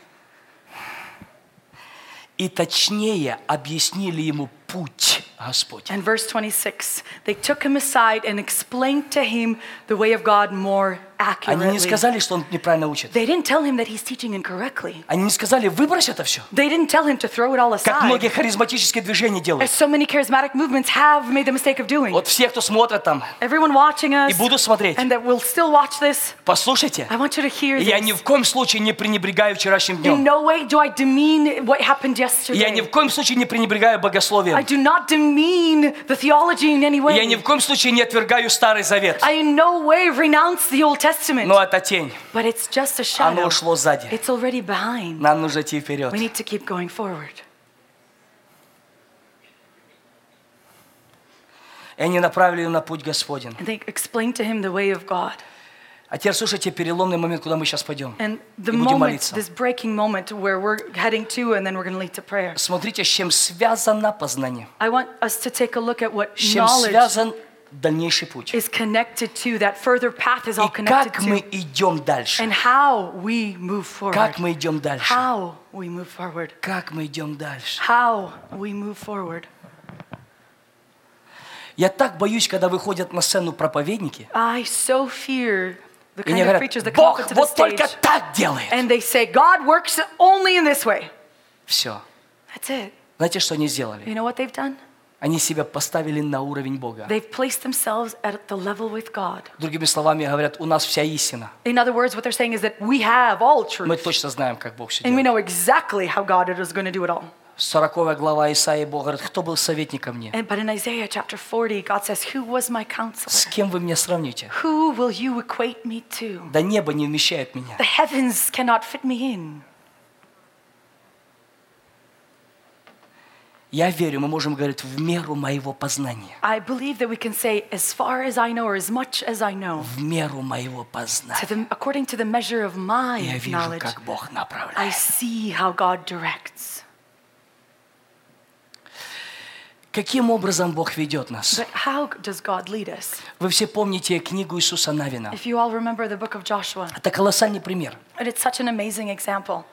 И точнее объяснили ему путь Господь. And verse 26, they took him aside and explained to him the way of God more Они не accurately. сказали, что он неправильно учит. They didn't tell him that he's teaching incorrectly. Они не сказали, выбрось это все. They didn't tell him to throw it all Как многие aside. харизматические движения As делают. so many charismatic movements have made the mistake of doing. Вот все, кто смотрят там, Everyone watching и us будут смотреть, and that will still watch this, послушайте. I want you to hear И Я ни this. в коем случае не пренебрегаю вчерашним In днем. no way do I demean what happened И Я ни в yesterday. коем случае не пренебрегаю I богословием. do not demean the theology in any И Я ни way. в коем случае не отвергаю Старый Завет. I in no way renounce the Old Testament. Но это тень. But it's just a Оно shadow. ушло сзади. It's already behind. Нам нужно идти вперед. We need to keep going forward. И они направили ее на путь Господен. And they explain to him the way of God. А теперь слушайте переломный момент, куда мы сейчас пойдем. And the И будем moment, молиться. this breaking moment where we're heading to, and then we're going to lead to prayer. Смотрите, с чем связано познание. I want us to take a look at what С чем knowledge связан дальнейший путь. is connected to, that further path is all И connected как мы to, идем дальше. and how we move forward. Как мы идем дальше. How we move forward. Как мы идем дальше. How we move forward. Я так боюсь, когда выходят на сцену проповедники, I so fear и the kind они of preachers говорят, that come up Бог into the вот stage только так делает. and they say, God works only in this way. Все. That's it. Знаете, что они сделали? You know what they've done? Они себя поставили на уровень Бога. They've placed themselves at the level with God. Другими словами, говорят, у нас вся истина. In other words, what they're saying is that we have all Мы truth точно знаем, как Бог все and we делает. know exactly how God is going to do it all. 40 глава Исаии Бог говорит, кто был советником мне? And, but in Isaiah chapter 40, God says, Who was my С counselor? кем вы меня сравните? Who will you equate me to? Да небо не вмещает меня. The heavens cannot fit me in. Я верю, мы можем говорить в меру моего познания. I believe that we can say, As far as I know, or as much as I know, В меру моего to познания. the, according to the measure of my Я вижу, Э, knowledge, как Бог I направляет. see how God directs. Каким образом Бог ведет нас? But how does God lead us? Вы все помните книгу Иисуса Навина. If you all remember the book of Joshua, Это колоссальный пример. and it's such an amazing example.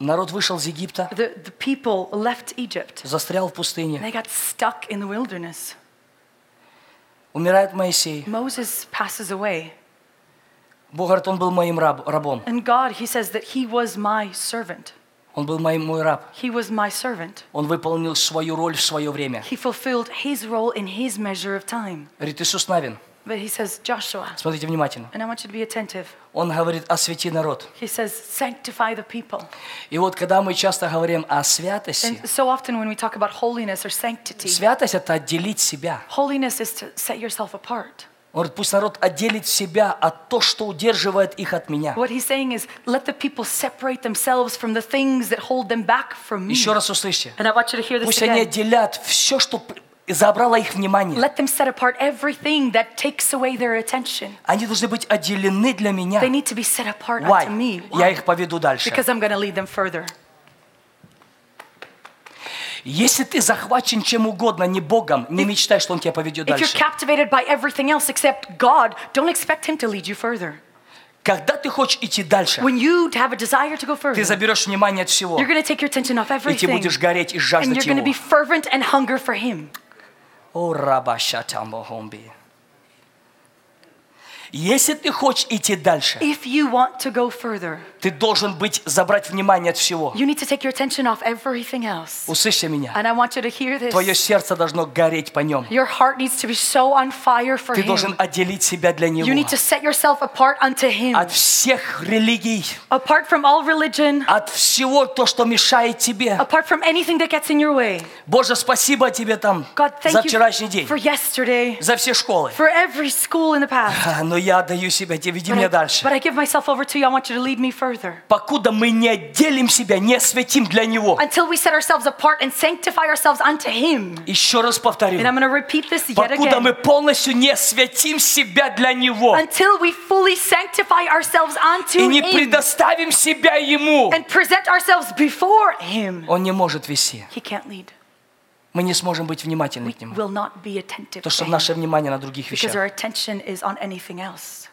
Народ вышел из Египта, The, the people left Egypt. застрял в And пустыне. they got stuck in the wilderness. Умирает Моисей. Moses passes away. Бог говорит, он был моим раб- рабом. And God, he says that he was my servant. Он был моим, мой раб. He was my servant. Он выполнил свою роль в свое время. He fulfilled his role in his measure of time. Говорит, Иисус Навин, But he says, Joshua, смотрите внимательно. and I want you to be attentive. Он говорит, освети народ. He says, sanctify the people. И вот когда мы часто говорим о святости, And so often when we talk about holiness or sanctity, святость – это отделить себя. holiness is to set yourself apart. Он говорит, пусть народ отделит себя от то, что удерживает их от меня. What he's saying is, let the people separate themselves from the things that hold them back from me. Еще раз услышьте. And I want you to hear this Пусть они again. отделят все, что при- забрало их внимание. Let them set apart everything that takes away their attention. Они должны быть отделены для меня. They need to be set apart Why? unto me. Я Why? их поведу дальше. Because I'm going to lead them further. Если ты захвачен чем угодно, не Богом, не мечтай, что Он тебя поведет If you're дальше. captivated by everything else except God, don't expect Him to lead you further. Когда ты хочешь идти дальше, When you have a desire to go further, ты you're заберешь внимание от всего, going to take your attention off и ты everything. будешь гореть и And you're жаждать going Его. to be fervent and hunger for Him. О, раба шатамбохомби. Если ты хочешь идти дальше, If you want to go further, ты должен быть, забрать внимание от всего. you need to take your attention off everything else. Услышьте меня. And I want you to hear this. Твое сердце должно гореть по нем. Your heart needs to be so on fire for Ты должен Him. отделить себя для You него. need to set yourself apart unto Him. От всех религий, apart from all religion, от всего то, что мешает тебе. apart from anything that gets in your way. Боже, спасибо тебе там God, thank за you вчерашний день, for yesterday, за все школы. for every school in the past. А, Но я отдаю себя тебе, веди меня But I, дальше. but I give myself over to you. I want you to lead me further. Покуда мы не отделим себя, не осветим для Него. Until we set ourselves apart and sanctify ourselves unto Him. Еще раз повторю. And I'm going to repeat this yet Покуда мы again. полностью не осветим себя для Него Until we fully sanctify ourselves unto и не Him предоставим себя Ему, Oh. and present ourselves before Him, Он не может вести. He can't lead. мы не сможем быть внимательны к нему. will not be attentive Потому to что him наше внимание на других because our вещах. attention is on anything else.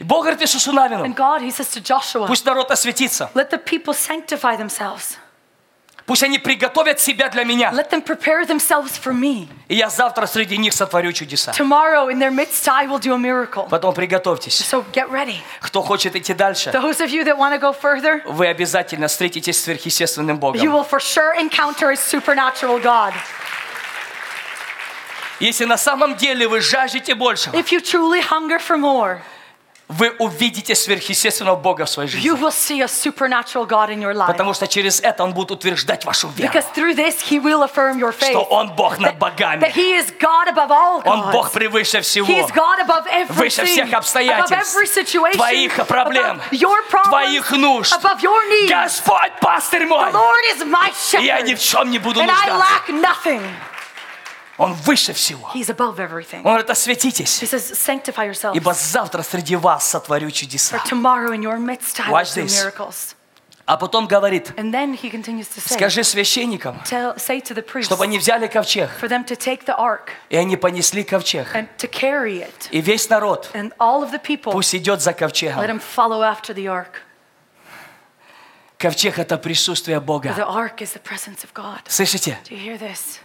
И Бог говорит Иисусу Навину, And God, he says to Joshua, пусть народ осветится, let the people sanctify themselves. пусть они приготовят себя для меня, Let them prepare themselves for me. и я завтра среди них сотворю чудеса. Tomorrow in their midst I will do a miracle. Потом приготовьтесь. So get ready. Кто хочет идти дальше, Those of you that want to go further, вы обязательно встретитесь с сверхъестественным you Богом. will for sure encounter a supernatural God. Если на самом деле вы жаждете больше, If you truly hunger for more, вы увидите сверхъестественного Бога в своей you жизни. will see a supernatural God in your life. Потому что через это Он будет утверждать вашу веру, Because through this, He will affirm your что faith Он Бог над that богами, He is God above all Он Бог gods. превыше He is всего. God above Выше everything, всех above обстоятельств, every situation, твоих проблем, above your problems, твоих нужд. above your needs. Господь, пастырь The мой! Lord is my И я ни shepherd, в чем не буду and I нуждаться. lack nothing. Он выше всего. He's above everything. Он говорит, осветитесь, He says, sanctify yourselves. ибо завтра среди вас сотворю For чудеса. tomorrow in your midst I will Watch do this. miracles. А потом говорит, And then he continues to say, скажи священникам, tell, say to the priests, чтобы они взяли ковчег, for them to take the ark и они понесли ковчег. and to carry it. И весь народ And all of the people, пусть идет за let ковчегом. them follow after the ark. Ковчег – это присутствие The Бога. ark is the presence of God. Слышите? Do you hear this?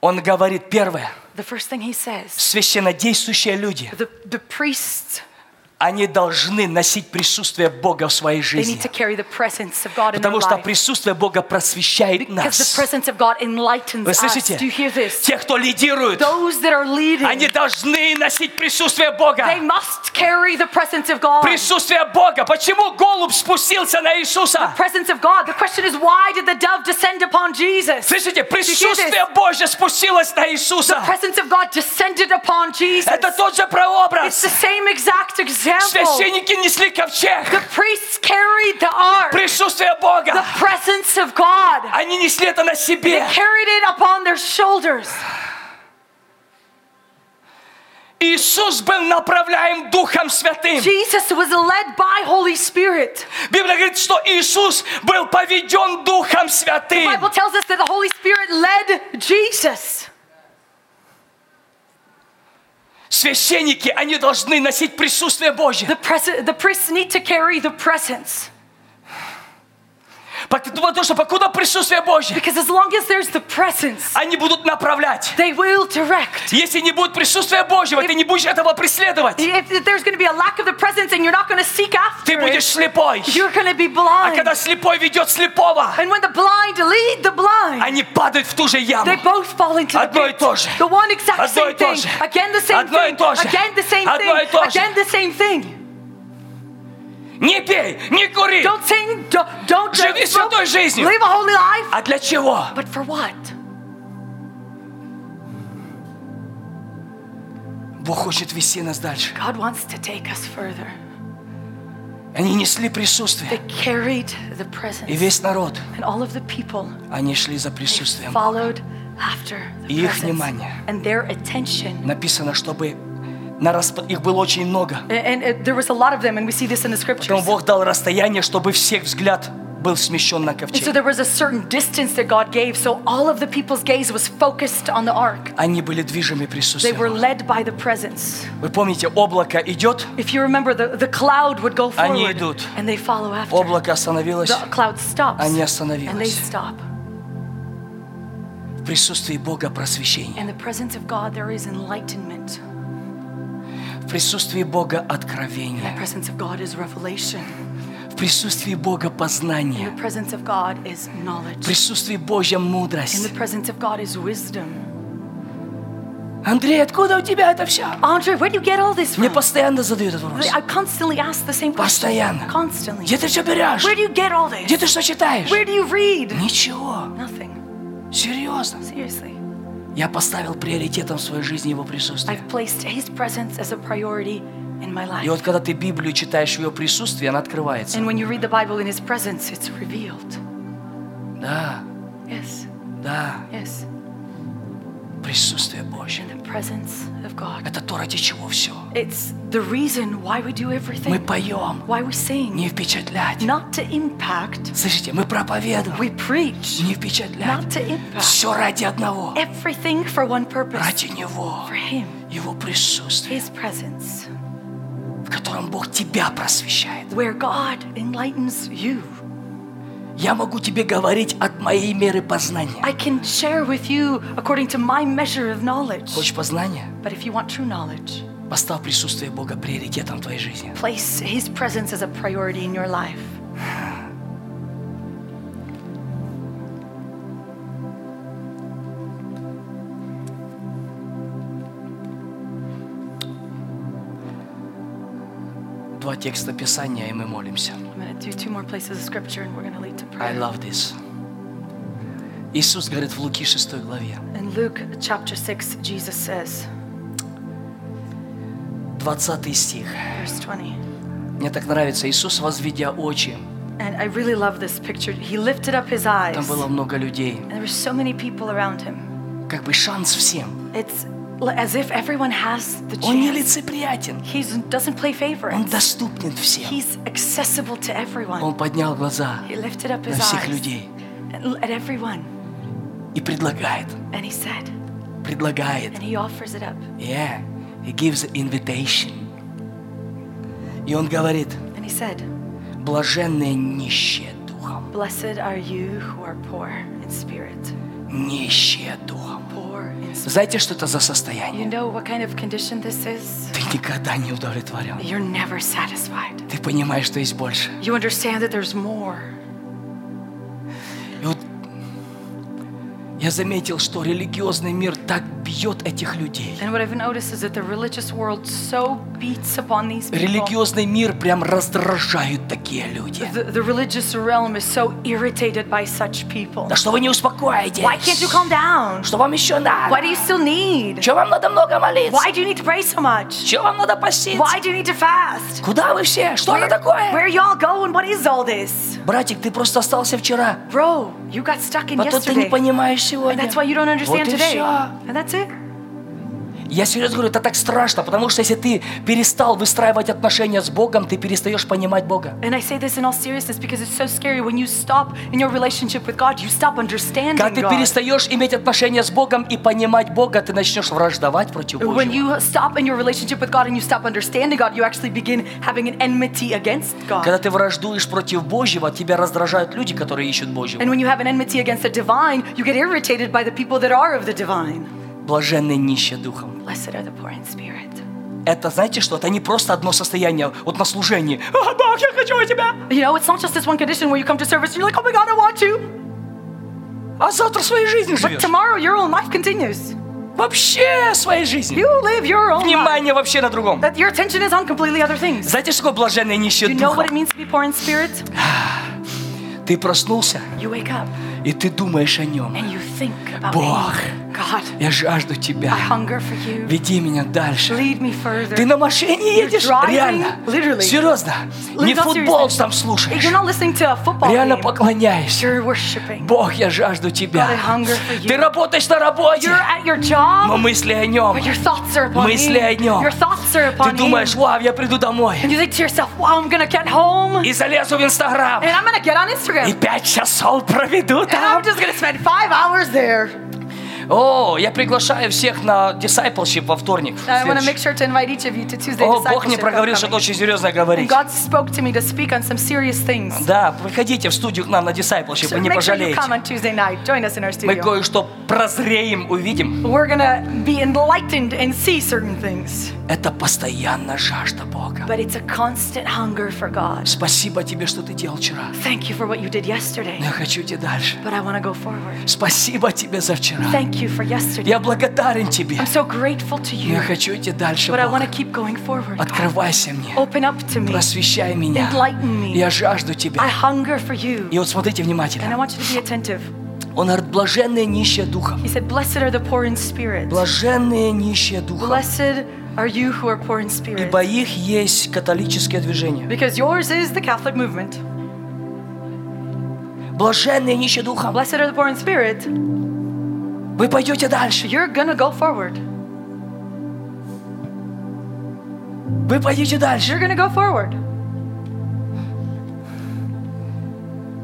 Он говорит, первое, The first thing he says, священнодействующие люди, the, the priests, они должны носить присутствие Бога в своей they жизни. need to carry the presence of God in their Потому что life. присутствие Бога просвещает Because the нас. presence of God enlightens Вы us. слышите? Do you hear this? Те, кто лидирует, Those that are они leading, должны носить присутствие they Бога. must carry the presence of God. Присутствие Бога. Почему голубь спустился на Иисуса? presence of God. The question is, why did the dove descend upon Jesus? Слышите, присутствие Божье спустилось на Иисуса. Presence of God descended upon Jesus. Это тот же It's the прообраз. same exact example. Священники несли The ковчег. priests carried the ark, Присутствие the Бога. presence of God. Они несли это на They себе. carried it upon their shoulders. Иисус был направляем Духом Святым. Jesus was led by Holy Spirit. Библия говорит, что Иисус был поведен Духом The Святым. Bible tells us that the Holy Spirit led Jesus. Священники, они должны носить присутствие Божье. The, pres- the priests need to carry the presence. Потому потому что покуда присутствие Божье, Because as long as there's the presence, они будут направлять. they will direct. Если не будет присутствия Божьего, ты не будешь этого преследовать. If, if there's going to be a lack of the presence and you're not going to seek after Ты будешь it, слепой. you're going to be А blind. когда слепой ведет слепого, And when the blind lead the blind, они падают в ту же they яму. both fall into the Одно и pit. то же. The one exact Одно и same то thing. же. Again the same Одно и thing. то же. Again the same Одно и thing. то же. Again the same thing. Не пей, не кури. Don't sing. Don't, don't Живи don't smoke. святой жизнью. Live a holy life. А для чего? But for what? Бог хочет вести нас дальше. God wants to take us further. Они несли They присутствие. carried the И presence. весь народ, And all of the people они шли за присутствием. followed after the И их presence. внимание. And their attention Написано, чтобы на расп- их было очень много. And, and, uh, there was a lot of them, and we see this in the scriptures. Поэтому Бог дал расстояние, чтобы всех взгляд был смещен на And so ковчег. there was a certain distance that God gave, so all of the people's gaze was focused on the ark. Они были движимы They were присутствием. led by the presence. Вы помните, облако идет, If you remember, the, the cloud would go Они forward, идут. and they follow after. облако остановилось The cloud stops, Они and they остановились. stop. в присутствии Бога просвещение, In the presence of God, there is enlightenment. в присутствии Бога In the откровение, presence of God is revelation. в присутствии Бога In the познание, presence of God is в knowledge. присутствии Божья In the мудрость. presence of God is wisdom. Андрей, откуда у тебя это все? Andre, where do you get all this Мне from? постоянно задают этот вопрос. I constantly ask the same question. Постоянно. Constantly. Где ты все берешь? Where do you get all this? Где ты что читаешь? Where do you read? Ничего, Nothing. серьезно. Seriously. Я поставил приоритетом в своей жизни Его присутствие. I've placed His presence as a priority in my И вот life. когда ты Библию читаешь в ее присутствии, она открывается. And when you read the Bible in His presence, it's revealed. Да, Yes, да. yes. присутствие Божье. in the presence of God. Это то, ради чего все. It's the reason why we do Мы everything, поем, why we sing, не впечатлять. not to impact. Слышите, мы проповедуем, We preach, не not впечатлять. to impact. Все ради одного, Everything for one purpose, ради Него, for Him, Его присутствие, His presence, в котором Бог тебя просвещает. where God enlightens you. Я могу тебе говорить от моей меры познания. I can share with you according to my measure of knowledge. Хочешь познания? But if you want true knowledge, Поставь присутствие Бога приоритетом в твоей жизни. place His presence as a priority in your life. Два текста Писания, и мы молимся. I'm going to do two more places of scripture and we're going to lead to I prayer. love this. Иисус говорит в Луки 6 главе, In Luke chapter 6, Jesus says, 20 стих. verse 20, Мне так нравится. Иисус, возведя очи, and I really love this picture. He lifted up his eyes, там было and много людей. there were so many people around him. Как бы шанс всем. It's l- as if everyone has the Он не chance. лицеприятен. He doesn't play Он favorites, доступен всем. he's accessible to everyone. Он поднял глаза He lifted up на his всех eyes людей and l- at everyone, и предлагает, and he said, предлагает. and he offers it up, Yeah, he gives invitation. И он говорит, and he said, блаженные нищие духом, Blessed are you who are poor in spirit, нищие духом. poor in spirit. Знаете, что это за You состояние? know what kind of condition this is? Ты никогда не удовлетворен. You're never satisfied. Ты понимаешь, что есть больше. You understand that there's more. И вот я заметил, что религиозный мир так бьет этих людей. And what I've noticed is that the religious world so beats upon these people. Религиозный мир прям раздражает такие люди. The, the religious realm is so irritated by such people. Да что вы не успокоитесь? Why can't you calm down? Что вам еще Why надо? do you still need? Чего вам надо много молиться? Why do you need to pray so much? Чего вам надо поститься? Why do you need to fast? Куда вы все? Что это такое? Where y'all going? What is all this? Братик, ты просто остался вчера. Bro, you got stuck in Вот тут ты не yesterday. And понимаешь сегодня. that's why you don't understand вот и today. всё. And that's it. Я серьезно говорю, это так страшно, потому что если ты перестал выстраивать отношения с Богом, ты перестаешь понимать Бога. And I say this in all seriousness because it's so scary. When you stop in your relationship with God, you stop understanding Когда ты God. перестаешь иметь отношения с Богом и понимать Бога, ты начнешь враждовать против Бога. When you stop in your relationship with God and you stop understanding God, you actually begin having an enmity against Когда God. ты враждуешь против Божьего, тебя раздражают люди, которые ищут Божьего. And when you have an enmity against the divine, you get irritated by the people that are of the divine. Блаженные нищие духом. Blessed are the poor in spirit. Это, знаете что, это не просто одно состояние, вот на служении. «А, Бог, я хочу у тебя, You know, it's not just this one condition where you come to service and you're like, oh my God, I want to. а завтра своей жизнью But живешь. tomorrow your own life continues. Вообще своей жизнью. You live your own life. Внимание вообще на другом. That your attention is on completely other things. Знаете, что такое блаженные нищие You know духом? what it means to be poor in spirit? Ты проснулся, You wake up. и ты думаешь о нем. and you think about Бог. me. God, Я жажду I тебя. hunger for you. Веди меня дальше. Lead me further. Ты на машине You're едешь? driving, Реально. literally. Серьезно. Like, Не not футбол seriously. там If You're слушаешь. not listening to a football Реально game. поклоняешься. You're worshiping. Бог, я жажду тебя. God, I hunger for you. Ты работаешь на работе, You're at your но job, мысли о нем. but your thoughts are upon Мысли о him. нем. Your thoughts are Ты upon him. думаешь, вау, я приду And домой you think to yourself, wow, I'm gonna get home and и залезу в Инстаграм. I'm gonna get on И Instagram. пять часов проведу And там. I'm just gonna spend five hours there. О, я приглашаю всех на discipleship во вторник. I want to следующий. make sure to invite each of you to Tuesday О, Бог мне discipleship проговорил что-то upcoming. очень серьезное And говорить. God spoke to me to speak on some serious things. Да, приходите в студию к нам на discipleship, So вы не make sure you come пожалеете. on Tuesday night. Join us in our Мы studio. кое-что прозреем, увидим. We're gonna be enlightened and see certain things. Это постоянно жажда Бога. But it's a constant hunger for God. Спасибо тебе, что ты делал вчера. Thank you for what you did yesterday, Но я хочу идти дальше. but I want to go forward. Спасибо тебе за вчера. Thank you for yesterday. Я благодарен тебе. I'm so grateful to Но я you, хочу идти дальше. but I want Бог. to keep going forward. Открывайся мне. Open up to me. Просвещай меня. Enlighten me. А- Я жажду I тебя. hunger for you. И вот смотрите And I внимательно. want you to be attentive. Он говорит, блаженные нищие духом. He said, Blessed are the poor in spirit. Блаженные нищие духом. Blessed are you who are poor in spirit. Ибо их есть католическое движение. Because yours is the Catholic movement. Блаженные нищие духом. Blessed are the poor in spirit. Вы пойдете дальше. You're gonna go forward. Вы пойдете дальше. You're gonna go forward.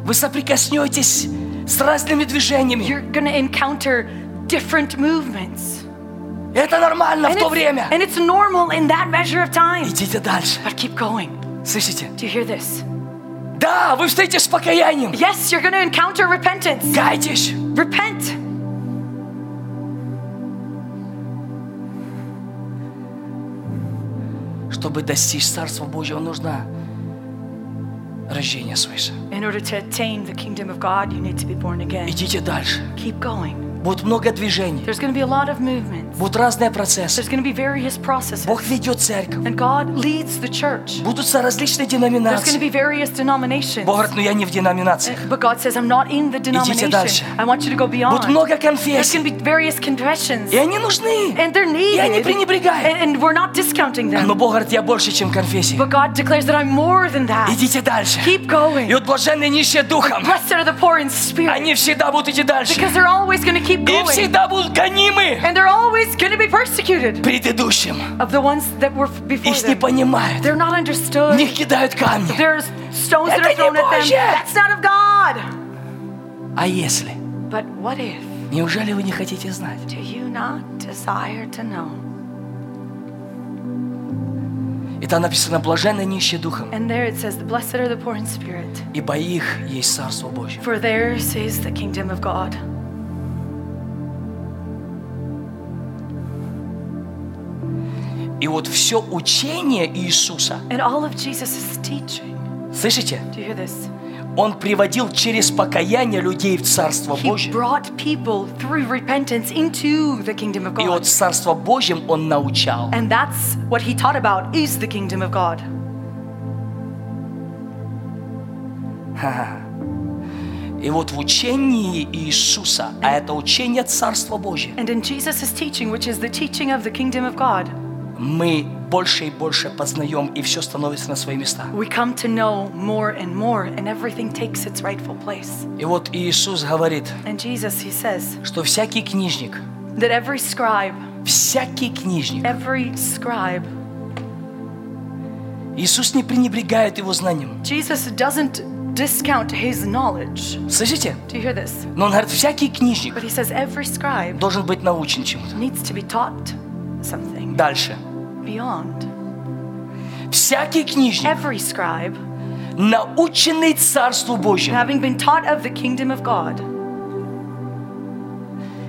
Вы соприкоснетесь с разными движениями. You're gonna encounter different movements. Это нормально в And то it's, время. and it's normal in that measure of time. Идите дальше. But keep going. Слышите? Do you hear this? Да, вы встретитесь с покаянием. Yes, you're gonna encounter repentance. Кайтесь. Repent. Чтобы достичь Царства Божьего, нужно рождение свыше. In order to attain the kingdom of God, you need to be born again. Идите дальше. Keep going. Будет много движений. There's gonna be a lot of movements. Будут разные процессы. There's gonna be various processes. Бог ведет церковь. And God leads the church. Будут со- различные There's gonna Э, деноминации. be various denominations. Бог говорит, ну я не в деноминациях. But God says, I'm not in the denomination. дальше. I want you to go Будет beyond. много There's конфессий. going to be various confessions. И они нужны. And they're needed. Я не пренебрегаю. And, and we're not discounting them. Но Бог говорит, я больше, чем конфессии. But God declares that I'm more than that. Идите дальше. Keep going. И вот блаженные нищие духом, Blessed are the poor in spirit. они всегда будут идти дальше. Because they're always going to keep И going. всегда будут гонимы And they're always going to be persecuted предыдущим. of the ones that were f- before Их не them. понимают. They're not В understood. них кидают камни. There's stones that Это are не thrown at them. Божье. That's not of God. А если? But what if? Неужели вы не хотите знать? Do you not desire to know? И там написано, блаженные нищие духом, And there it says, The blessed are the poor in spirit, ибо их есть Царство Божье. for theirs is the kingdom of God. И вот все учение Иисуса, And all of Jesus' teaching, слышите, do you hear this? Он приводил через покаяние людей в Царство He Божье. brought people through repentance into the kingdom of И вот God. в Царство Божьем Он научал. And that's what he taught about is the kingdom of God. И вот в учении Иисуса, а это учение Царства Божье, And in Jesus' teaching, which is the teaching of the kingdom of God, мы больше и больше познаем, и все становится на свои места. we come to know more and more, and everything takes its rightful place. И вот Иисус говорит, And Jesus, he says что всякий книжник, that every scribe, всякий книжник, every scribe, Иисус не пренебрегает его знанием. Jesus doesn't discount his knowledge. Слышите? Do you hear this? Но он говорит, всякий книжник But he says every scribe должен быть научен чему-то. needs to be taught something Дальше. beyond. Всякий книжник, Every scribe, наученный Царству Божьему. having been taught of the kingdom of God,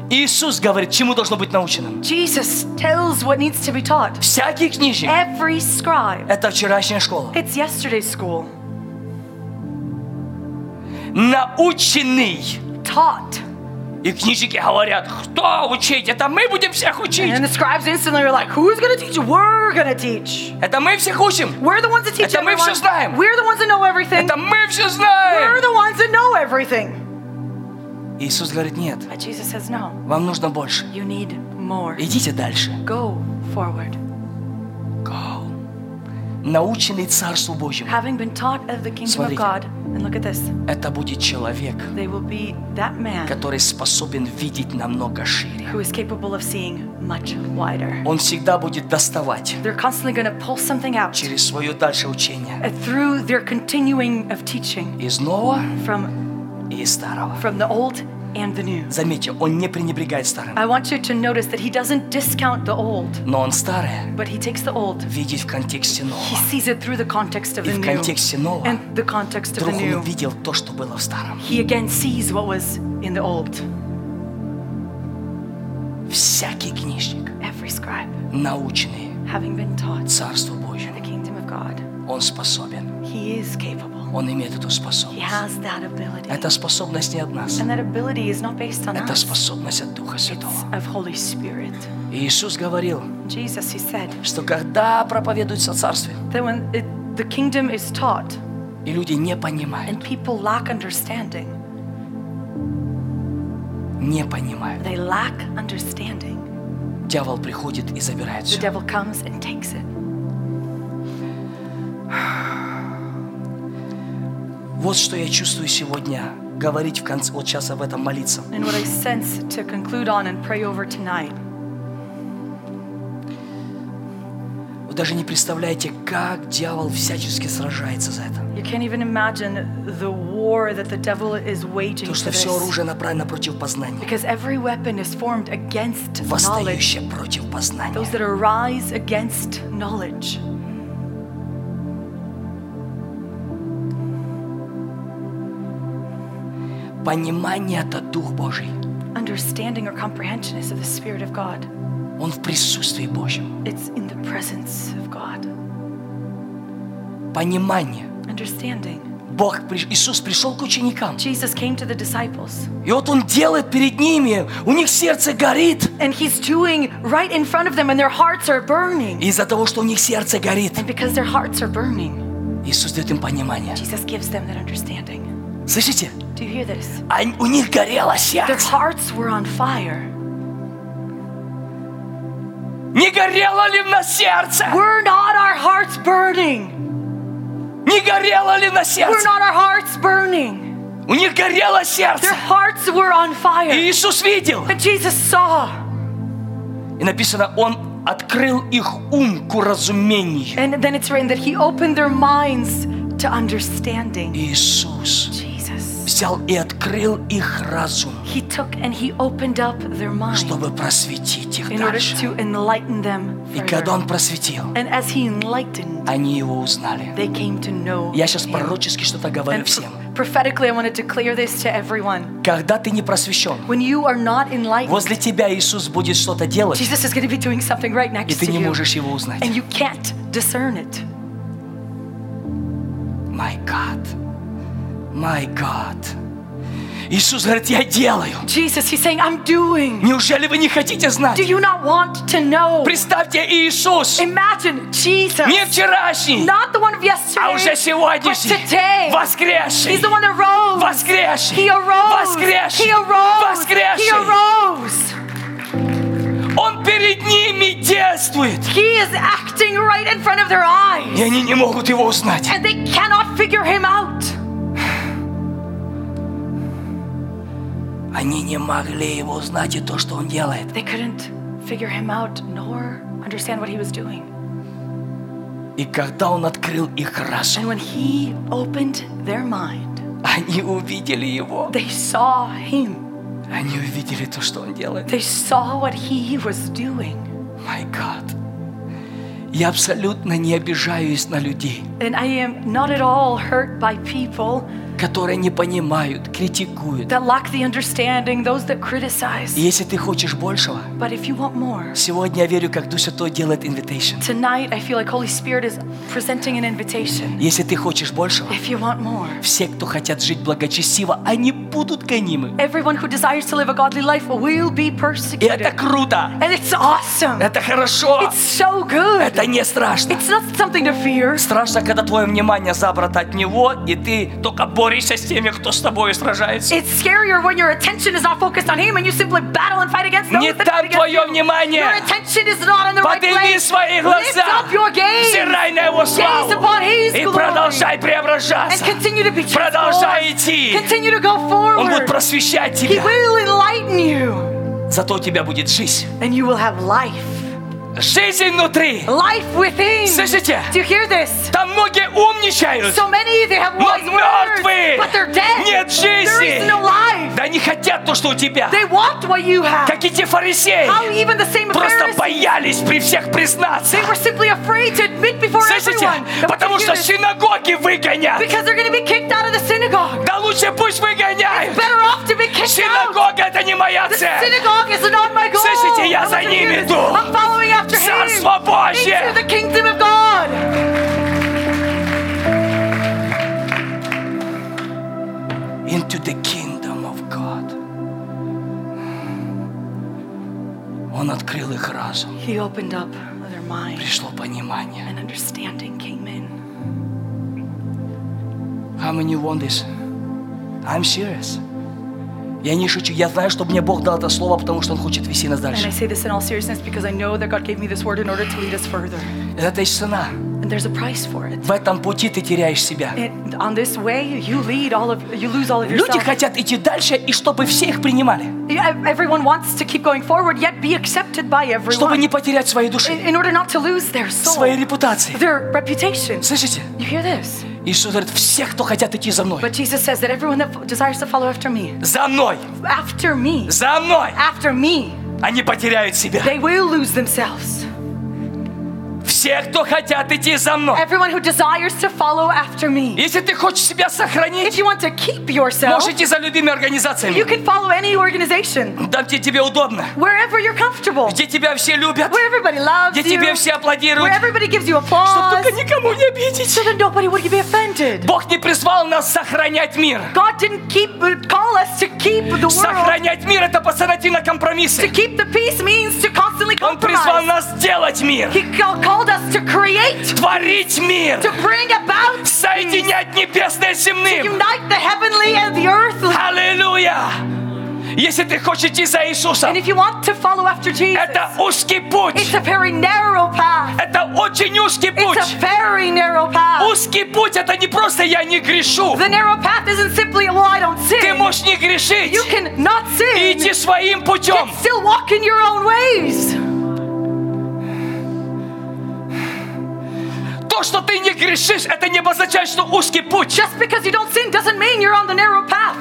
Иисус говорит, чему должно быть наученным. Jesus tells what needs to be taught. Всякий книжник – Every scribe. это вчерашняя школа. It's yesterday's school. Наученный. Taught. И книжники говорят, кто учить? Это мы будем всех учить. And the scribes instantly are like, who's gonna teach? We're gonna teach. Это мы всех учим. We're the ones that teach Это мы everyone. всё знаем. We're the ones that know everything. Это мы все We're знаем. the ones that know everything. Иисус говорит, нет, But Jesus says, no, вам нужно больше. you need more. Идите дальше. Go forward. Наученный Царству Божьему. Having been taught of the kingdom Смотрите. of God, and look at this, Это будет человек, they will be that man который способен видеть намного шире. who is capable of seeing much wider. Он всегда будет доставать They're constantly going to pull something out через свое дальше учение. uh, through their continuing of teaching Из нового from и из старого. from the old and the new. Заметьте, он не пренебрегает старым. I want you to notice that he doesn't discount the old, Но он старое but he takes the old. видит в контексте He нового. sees it through the context of И the в new. контексте нового And the context of the вдруг он new, увидел то, что было в старом. he again sees what was in the old. Всякий книжник, Every scribe, наученный having been taught Царству Божьему, the kingdom of God, он способен. he is capable. Он имеет эту He способность. has that ability. Эта способность не от нас. And that ability is not based on Это us. способность от Духа It's Святого. of Holy Spirit. И Иисус говорил, Jesus, he said что когда проповедуется Царствие, that when it, the kingdom is taught и люди не понимают, and people lack understanding, не понимают, they lack understanding. дьявол приходит и забирает все. The devil comes and takes it. Вот что я чувствую сегодня говорить в конце, вот сейчас об этом молиться. And what I sense to conclude on and pray over tonight Вы даже не представляете, как дьявол всячески сражается за это. You can't even imagine the war that the devil is waging То, for что все this. оружие направлено против познания. Because every weapon is formed against knowledge. Восстающее против познания. Those that arise against knowledge. Понимание – это Дух Божий. Understanding or comprehension is of the Spirit of God. Он в присутствии Божьем. It's in the presence of God. Понимание. Understanding. Бог, приш- Иисус пришел к ученикам. Jesus came to the disciples, И вот Он делает перед ними. У них сердце горит. and he's doing right in front of them, and their hearts are burning. И Из-за того, что у них сердце горит, And because their hearts are burning, Иисус дает им понимание. Jesus gives them that understanding. Слышите? Do you hear this? Они- у них горело Their сердце. hearts were on fire. Не горело ли на сердце? Were not our hearts burning? Не горело ли на Were сердце? not our hearts burning? У них горело сердце. Their hearts were on И fire. Иисус видел. But Jesus saw. И написано, Он открыл их ум к уразумению. And then it's written that he opened their minds to understanding. Иисус Jesus. взял и открыл их разум, He took and he opened up their mind чтобы просветить их in order дальше. to enlighten them. И когда Further. Он просветил, And as he enlightened, они Его узнали. they came to know. Я сейчас him. пророчески что-то говорю And всем. pro- prophetically, I want to declare this to everyone. Когда ты не просвещен, When you are not enlightened, возле тебя Иисус будет что-то делать, Jesus is going to be doing something right и next ты to не you. можешь Его узнать. and you can't discern it. My God. My God. Иисус говорит, я делаю. Jesus, he's saying, I'm doing. Неужели вы не хотите знать? Do you not want to know? Представьте, Иисус Imagine Jesus, не вчерашний, not the one of а уже yesterday, but today. сегодняшний. He's Воскресший. the one that rose. Воскресший. He arose. Воскресший. He arose. He Воскресший. arose. Он перед ними действует. He is acting right in front of their eyes, И они не могут его узнать. and they cannot figure him out. Они не могли его узнать и то, что он делает. They couldn't figure him out nor understand what he was doing. И когда он открыл их And разум, when he opened their mind, они увидели его. they saw him. Они увидели то, что он делает. They saw what he was doing. My God. Я абсолютно не обижаюсь на людей, And I am not at all hurt by people которые не понимают, критикуют. that lack the understanding, those that criticize. И Если ты хочешь большего, But if you want more, сегодня я верю, как Дух Святой делает invitation. tonight I feel like Holy Spirit is presenting an invitation. Если ты хочешь большего, If you want more, все, кто хотят жить благочестиво, они будут гонимы. everyone who desires to live a godly life will be И persecuted. это круто. And it's awesome. Это хорошо. It's so good. Это не страшно. It's not something to fear. Страшно, когда твое внимание забрато от него, и ты только борешься с теми, кто с тобой сражается. It's scarier when your attention is not focused on him and you simply battle and fight against those Не that fight там твое against you. Your внимание. attention is not on the right Подними place. свои Lift глаза. up your gaze. Взирай на его Gaze славу. upon his И glory. продолжай and преображаться. continue to be Продолжай transformed. идти. Continue to go Он будет forward. просвещать He тебя. will enlighten you, Зато у тебя будет жизнь. and you will have life. Жизнь внутри. Life within. Слышите? Do you hear this? Там многие умничают. So many they have Но wise мертвые. words, but they're dead. Нет There is no жизни. life. Да не хотят то, что у тебя. They want what you have. Как и те фарисеи. How even the same Просто Pharisees боялись при всех признаться. they were simply afraid to admit before Слышите? everyone. that we Потому can что do this, синагоги выгонят. because they're going to be kicked out of the synagogue. Да лучше пусть выгоняют. Better off to be kicked out. Синагога это не моя The цель. synagogue is not my goal. Слышите, я I want за to hear ними this. иду. I'm following after him. Царство Божье. Into the kingdom of God. Into the kingdom of God. Он открыл их разум. He opened up their mind Пришло понимание. and understanding came in. How many want this? I'm serious. Я не шучу. Я знаю, что мне Бог дал это слово, потому что Он хочет вести нас And I дальше. say this in all seriousness because I know that God gave me this word in order to lead us further. Это есть цена. and there's a price for it. В этом пути ты теряешь себя. And on this way, you lead all of you lose all of Люди yourself. хотят идти дальше, и чтобы все их принимали, Yeah, Everyone wants to keep going forward, yet be accepted by чтобы everyone. не потерять своей In, души, in order not to lose their своей soul, репутации. their reputation. Слышите? You hear this? Иисус говорит, все, кто хотят идти за мной, But Jesus says that everyone that desires to follow after me, за мной, after me, за мной, after me, они потеряют себя. they will lose themselves. Все, кто хотят идти за мной. Everyone who desires to follow after me. Если ты хочешь себя If сохранить, you want to keep yourself, можешь идти за любыми you организациями. can follow any organization, Там, где тебе удобно, wherever you're comfortable, где тебя все любят, where everybody loves где тебе you, все аплодируют, where everybody gives you чтобы applause, только никому не обидеть. so that nobody would be offended. Бог не призвал нас сохранять мир. God didn't keep call us to keep the world. Сохранять мир – это постоянно идти на To компромиссы. keep the peace means to constantly Он призвал compromise. нас делать мир, He ca- called us to create, творить мир, to bring about, соединять небесное с земным. unite the heavenly and the earthly. Аллилуйя! Если ты хочешь идти за And Иисусом, if you want to follow after Jesus, это узкий it's путь. a very narrow path. Это очень узкий It's a путь. very narrow path. Узкий путь – это не просто «я не грешу». The narrow path isn't simply, well, I don't Ты sin. можешь не грешить You can not и sin, идти своим путем. yet still walk in your own ways. То, что ты не грешишь, это не обозначает, что узкий путь. Just because you don't sin doesn't mean you're on the narrow path.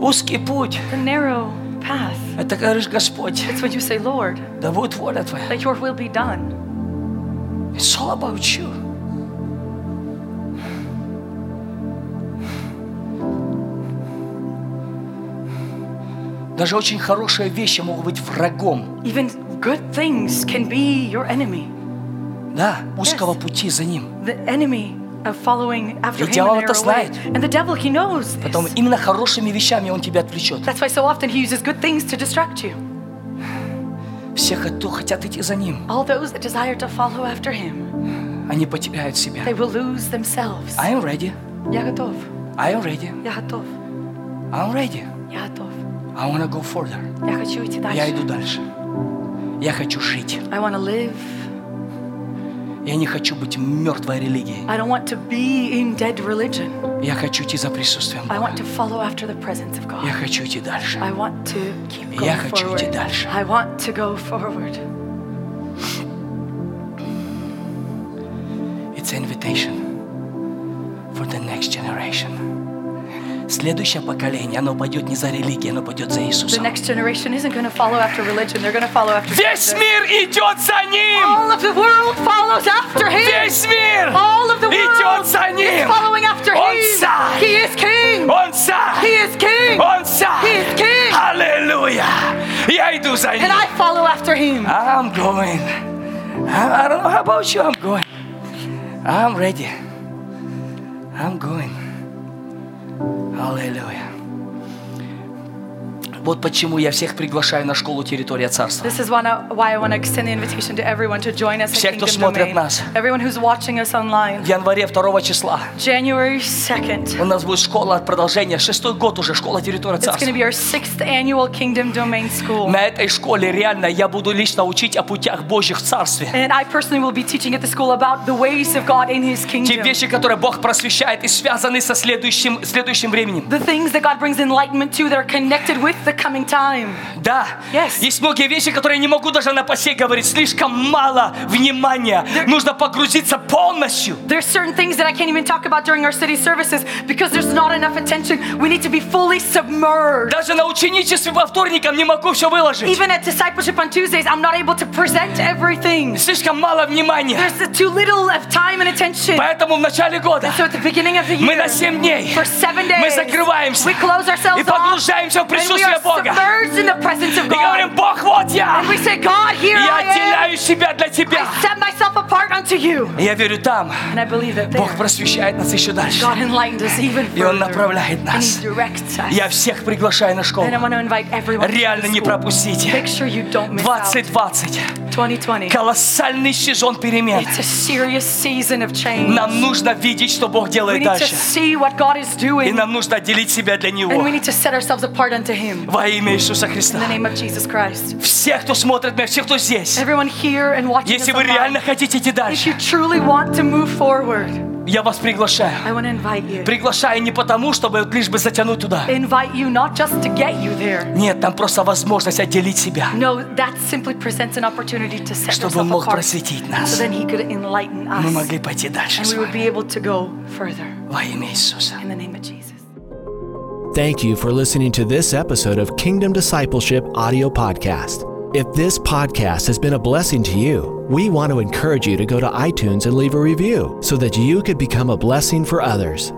Узкий путь The narrow path. – это, говоришь, Господь, It's when you say, Lord, да будет воля Твоя. that your will be done. It's all about you. Даже очень хорошие вещи могут быть врагом, Even good things can be your enemy. да, узкого пути за ним. The enemy of following after И him. дьявол in это the narrow знает. way. And the devil, he knows this. Потом именно хорошими вещами он тебя отвлечет. That's why so often he uses good things to distract you. Все, кто хотят идти за ним, All those that desire to follow after him, они потеряют себя. they will lose themselves. I am ready. Я готов. I am ready. Я готов. I'm ready. Я готов. I wanna go further. Я хочу идти Я дальше. иду дальше. Я хочу жить. I want to live. Я не хочу быть мертвой религией. I don't want to be in dead religion. Я хочу идти за присутствием I Бога. want to follow after the presence of God. Я хочу идти дальше. I want to keep Я going хочу forward. идти дальше. I want to go forward. It's an invitation for the next generation. Следующее поколение, оно пойдет не за религией, оно пойдет за The Иисусом. next generation isn't going to follow after religion. They're going to follow after Весь Jesus. мир идет за Ним! All of the world follows after him. Весь мир All of the идет world за is Ним! following after Он him. царь. He is king. Он за! He is king. Он за! He is king. Аллилуйя! Я иду за Ним! And I follow after him. I'm going. I, I don't know how about you. I'm going. I'm ready. I'm going. Аллилуйя. Вот почему я всех приглашаю на школу территория царства. This is one, uh, why I want to extend the invitation to everyone to join us Все, in кто Kingdom смотрит Domain. нас. Everyone who's watching us online. В январе 2 числа January 2nd. у нас будет школа от продолжения. Шестой год уже школа территория It's going царства. to be our sixth annual Kingdom Domain School. На этой школе реально я буду лично учить о путях Божьих в царстве. And I personally will be teaching at the school about the ways of God in His Те kingdom. вещи, которые Бог просвещает и связаны со следующим, следующим временем. The things that God brings enlightenment to that are connected with the coming time. Да. Yes. Есть многие вещи, которые я не могу даже на посе говорить. Слишком мало внимания. Нужно погрузиться полностью. There's certain things that I can't even talk about during our city services because there's not enough attention. We need to be fully submerged. Даже на ученичестве во вторникам не могу все выложить. Even at discipleship on Tuesdays, I'm not able to present everything. Слишком мало внимания. There's too little of time and attention. Поэтому в начале года So at the beginning of the мы year, на 7 дней for seven days, мы закрываемся we close и ourselves off погружаемся в and we присутствие are Бога. submerged in the presence of И говорим, God. Бог, вот я. And we say, God, here I Я am. отделяю себя для Тебя. I set myself apart unto you. Я верю, там And I believe that Бог there, просвещает нас еще дальше. God enlightened us even И Он further. направляет And нас. He directs us. Я всех приглашаю на школу. And I want to invite everyone Реально to не the school. пропустите. Make sure you don't miss out. 2020. 2020. Колоссальный сезон перемен. It's a serious season of change. Нам нужно видеть, что Бог we делает need to дальше. see what God is И doing. нам нужно отделить себя для And Него. we need to set ourselves apart unto Him. Во имя Иисуса In the Христа. name of Jesus Christ. Все, кто смотрит меня, все, кто здесь. Everyone here and watching Если us вы online, реально хотите идти if you дальше, truly want to move forward, я вас приглашаю. I want to invite you. Приглашаю не потому, чтобы вот лишь бы затянуть туда. invite you not just to get you there. Нет, там просто возможность отделить себя, No, that simply presents an opportunity to set чтобы Он yourself мог apart. просветить So нас. then He could enlighten Мы us. могли пойти дальше And с we would вами. be able to go further. Во имя Иисуса. In the name of Jesus. Thank you for listening to this episode of Kingdom Discipleship Audio Podcast. If this podcast has been a blessing to you, we want to encourage you to go to iTunes and leave a review so that you could become a blessing for others.